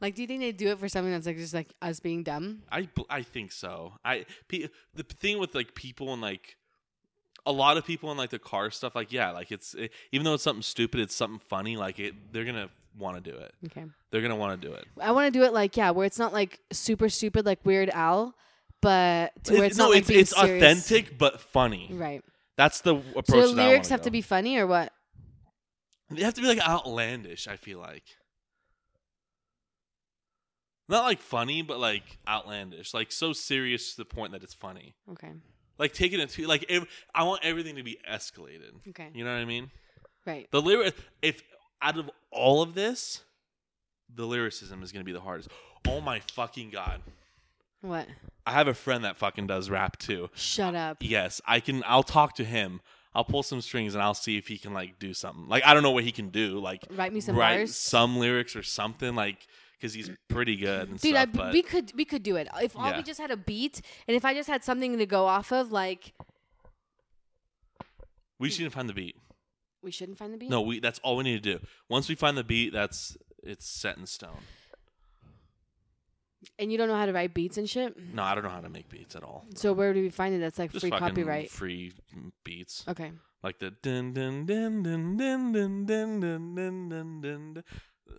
A: Like, do you think they do it for something that's like just like us being dumb?
B: I bl- I think so. I pe- the p- thing with like people and like a lot of people in like the car stuff, like yeah, like it's it, even though it's something stupid, it's something funny. Like it, they're gonna want to do it.
A: Okay.
B: They're gonna want to do it.
A: I want to do it like yeah, where it's not like super stupid like Weird Al, but to where
B: It-
A: it's
B: no,
A: not like
B: it's
A: being
B: it's
A: serious.
B: authentic but funny.
A: Right.
B: That's the w-
A: So
B: approach.
A: your
B: that I
A: lyrics
B: wanna
A: have to
B: go.
A: be funny or what?
B: They have to be like outlandish. I feel like not like funny, but like outlandish, like so serious to the point that it's funny.
A: Okay.
B: Like taking it to like ev- I want everything to be escalated.
A: Okay.
B: You know what I mean?
A: Right.
B: The lyric. If out of all of this, the lyricism is going to be the hardest. Oh my fucking god!
A: What?
B: I have a friend that fucking does rap too.
A: Shut up.
B: Yes, I can. I'll talk to him. I'll pull some strings and I'll see if he can like do something. Like I don't know what he can do. Like
A: Write me some
B: write
A: bars?
B: some lyrics or something. Like because he's pretty good and
A: Dude,
B: stuff.
A: I,
B: but
A: we could we could do it. If all
B: Yeah.
A: we just had a beat, and if I just had something to go off of, like
B: we just need to find the beat.
A: we shouldn't find the beat.
B: No, we. That's all we need to do. Once we find the beat, that's it's set in stone.
A: And you don't know how to write beats and shit?
B: No, I don't know how to make beats at all.
A: So where do we find it that's like
B: Just
A: free
B: fucking
A: copyright? Uh,
B: free beats.
A: okay.
B: Like the dun dun dun dun dun dun dun dun dun dun dun. dun.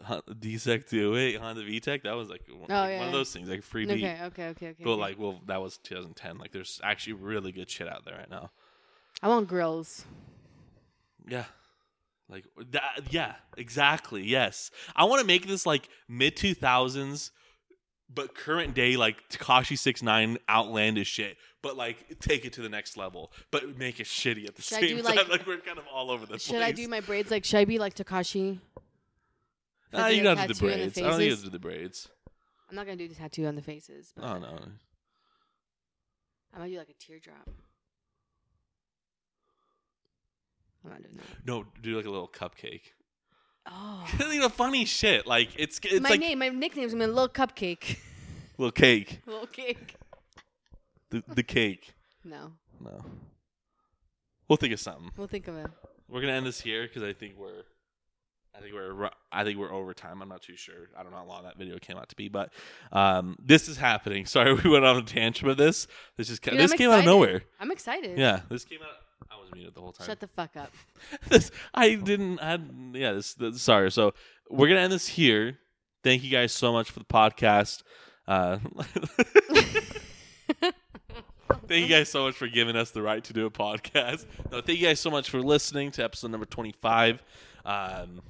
B: Hon- DSEC 208 Honda VTEC. That was like one
A: Oh,
B: like
A: yeah,
B: one of
A: yeah.
B: those things, like a free beat.
A: Okay, okay, okay, okay.
B: But
A: okay.
B: like, well, that was 2010. Like, there's actually really good shit out there right now.
A: I want grills.
B: Yeah. Like that yeah, exactly. Yes. I want to make this like mid 2000s but current day like Takashi 69 outlandish shit, but like take it to the next level, but make it shitty at the
A: Should I
B: same
A: do,
B: time.
A: like-
B: Like, we're kind of all over the place.
A: Should I do my braids like should I be like Takashi?
B: Nah,
A: like,
B: you
A: a
B: got to do the
A: tattoo in the
B: braids. I don't think you
A: faces?
B: got to do the braids.
A: I'm not gonna do the tattoo on the faces, but
B: Oh no.
A: I might do like a teardrop. I'm not doing that.
B: No, do like a little cupcake.
A: Oh
B: you know, funny shit. Like it's it's
A: my
B: like
A: name, my nickname's gonna be Little Cupcake.
B: little cake.
A: little Cake.
B: The the cake.
A: No.
B: No. We'll think of something.
A: We'll think of it.
B: We're gonna end this here because I think we're, I think we're, ru- I think we're over time. I'm not too sure. I don't know how long that video came out to be, but um, this is happening. Sorry, we went on a tangent with this. This just ca-
A: Dude,
B: this
A: I'm
B: came out of
A: excited.
B: nowhere.
A: I'm excited.
B: Yeah, this came out. I was muted the whole time.
A: Shut the fuck up.
B: this I didn't. I hadn't- yeah. This, this sorry. So we're gonna end this here. Thank you guys so much for the podcast. Uh, thank you guys so much for giving us the right to do a podcast. No, thank you guys so much for listening to episode number twenty-five. Um,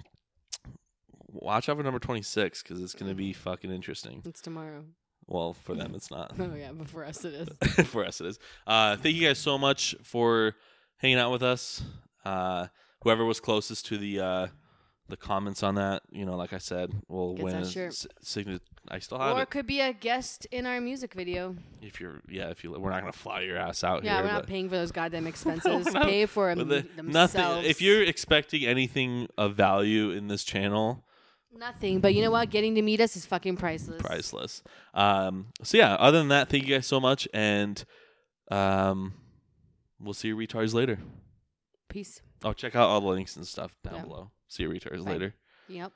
B: watch out for number twenty-six because it's gonna be fucking interesting.
A: It's tomorrow.
B: Well, for them, it's not.
A: Oh yeah, but for us it is.
B: for us it is. Uh, thank you guys so much for hanging out with us. Uh, whoever was closest to the uh, the comments on that, you know, like I said, will
A: Gets
B: win.
A: that
B: a
A: shirt.
B: s- signa- I still have
A: Or
B: it.
A: could be a guest in our music video.
B: If you're, yeah, if you, we're not gonna fly your ass out
A: Yeah,
B: here.
A: we're not
B: but-
A: paying for those goddamn expenses.
B: We're not-
A: Pay for
B: but
A: them
B: the-
A: themselves.
B: nothing. If you're expecting anything of value in this channel,
A: nothing, but you know what? Getting to meet us is fucking priceless.
B: priceless. Um, so yeah, other than that, thank you guys so much, and um, we'll see you retards later.
A: Peace.
B: Oh, check out all the links and stuff down
A: Yeah.
B: below. See you retards
A: Bye.
B: later.
A: Yep.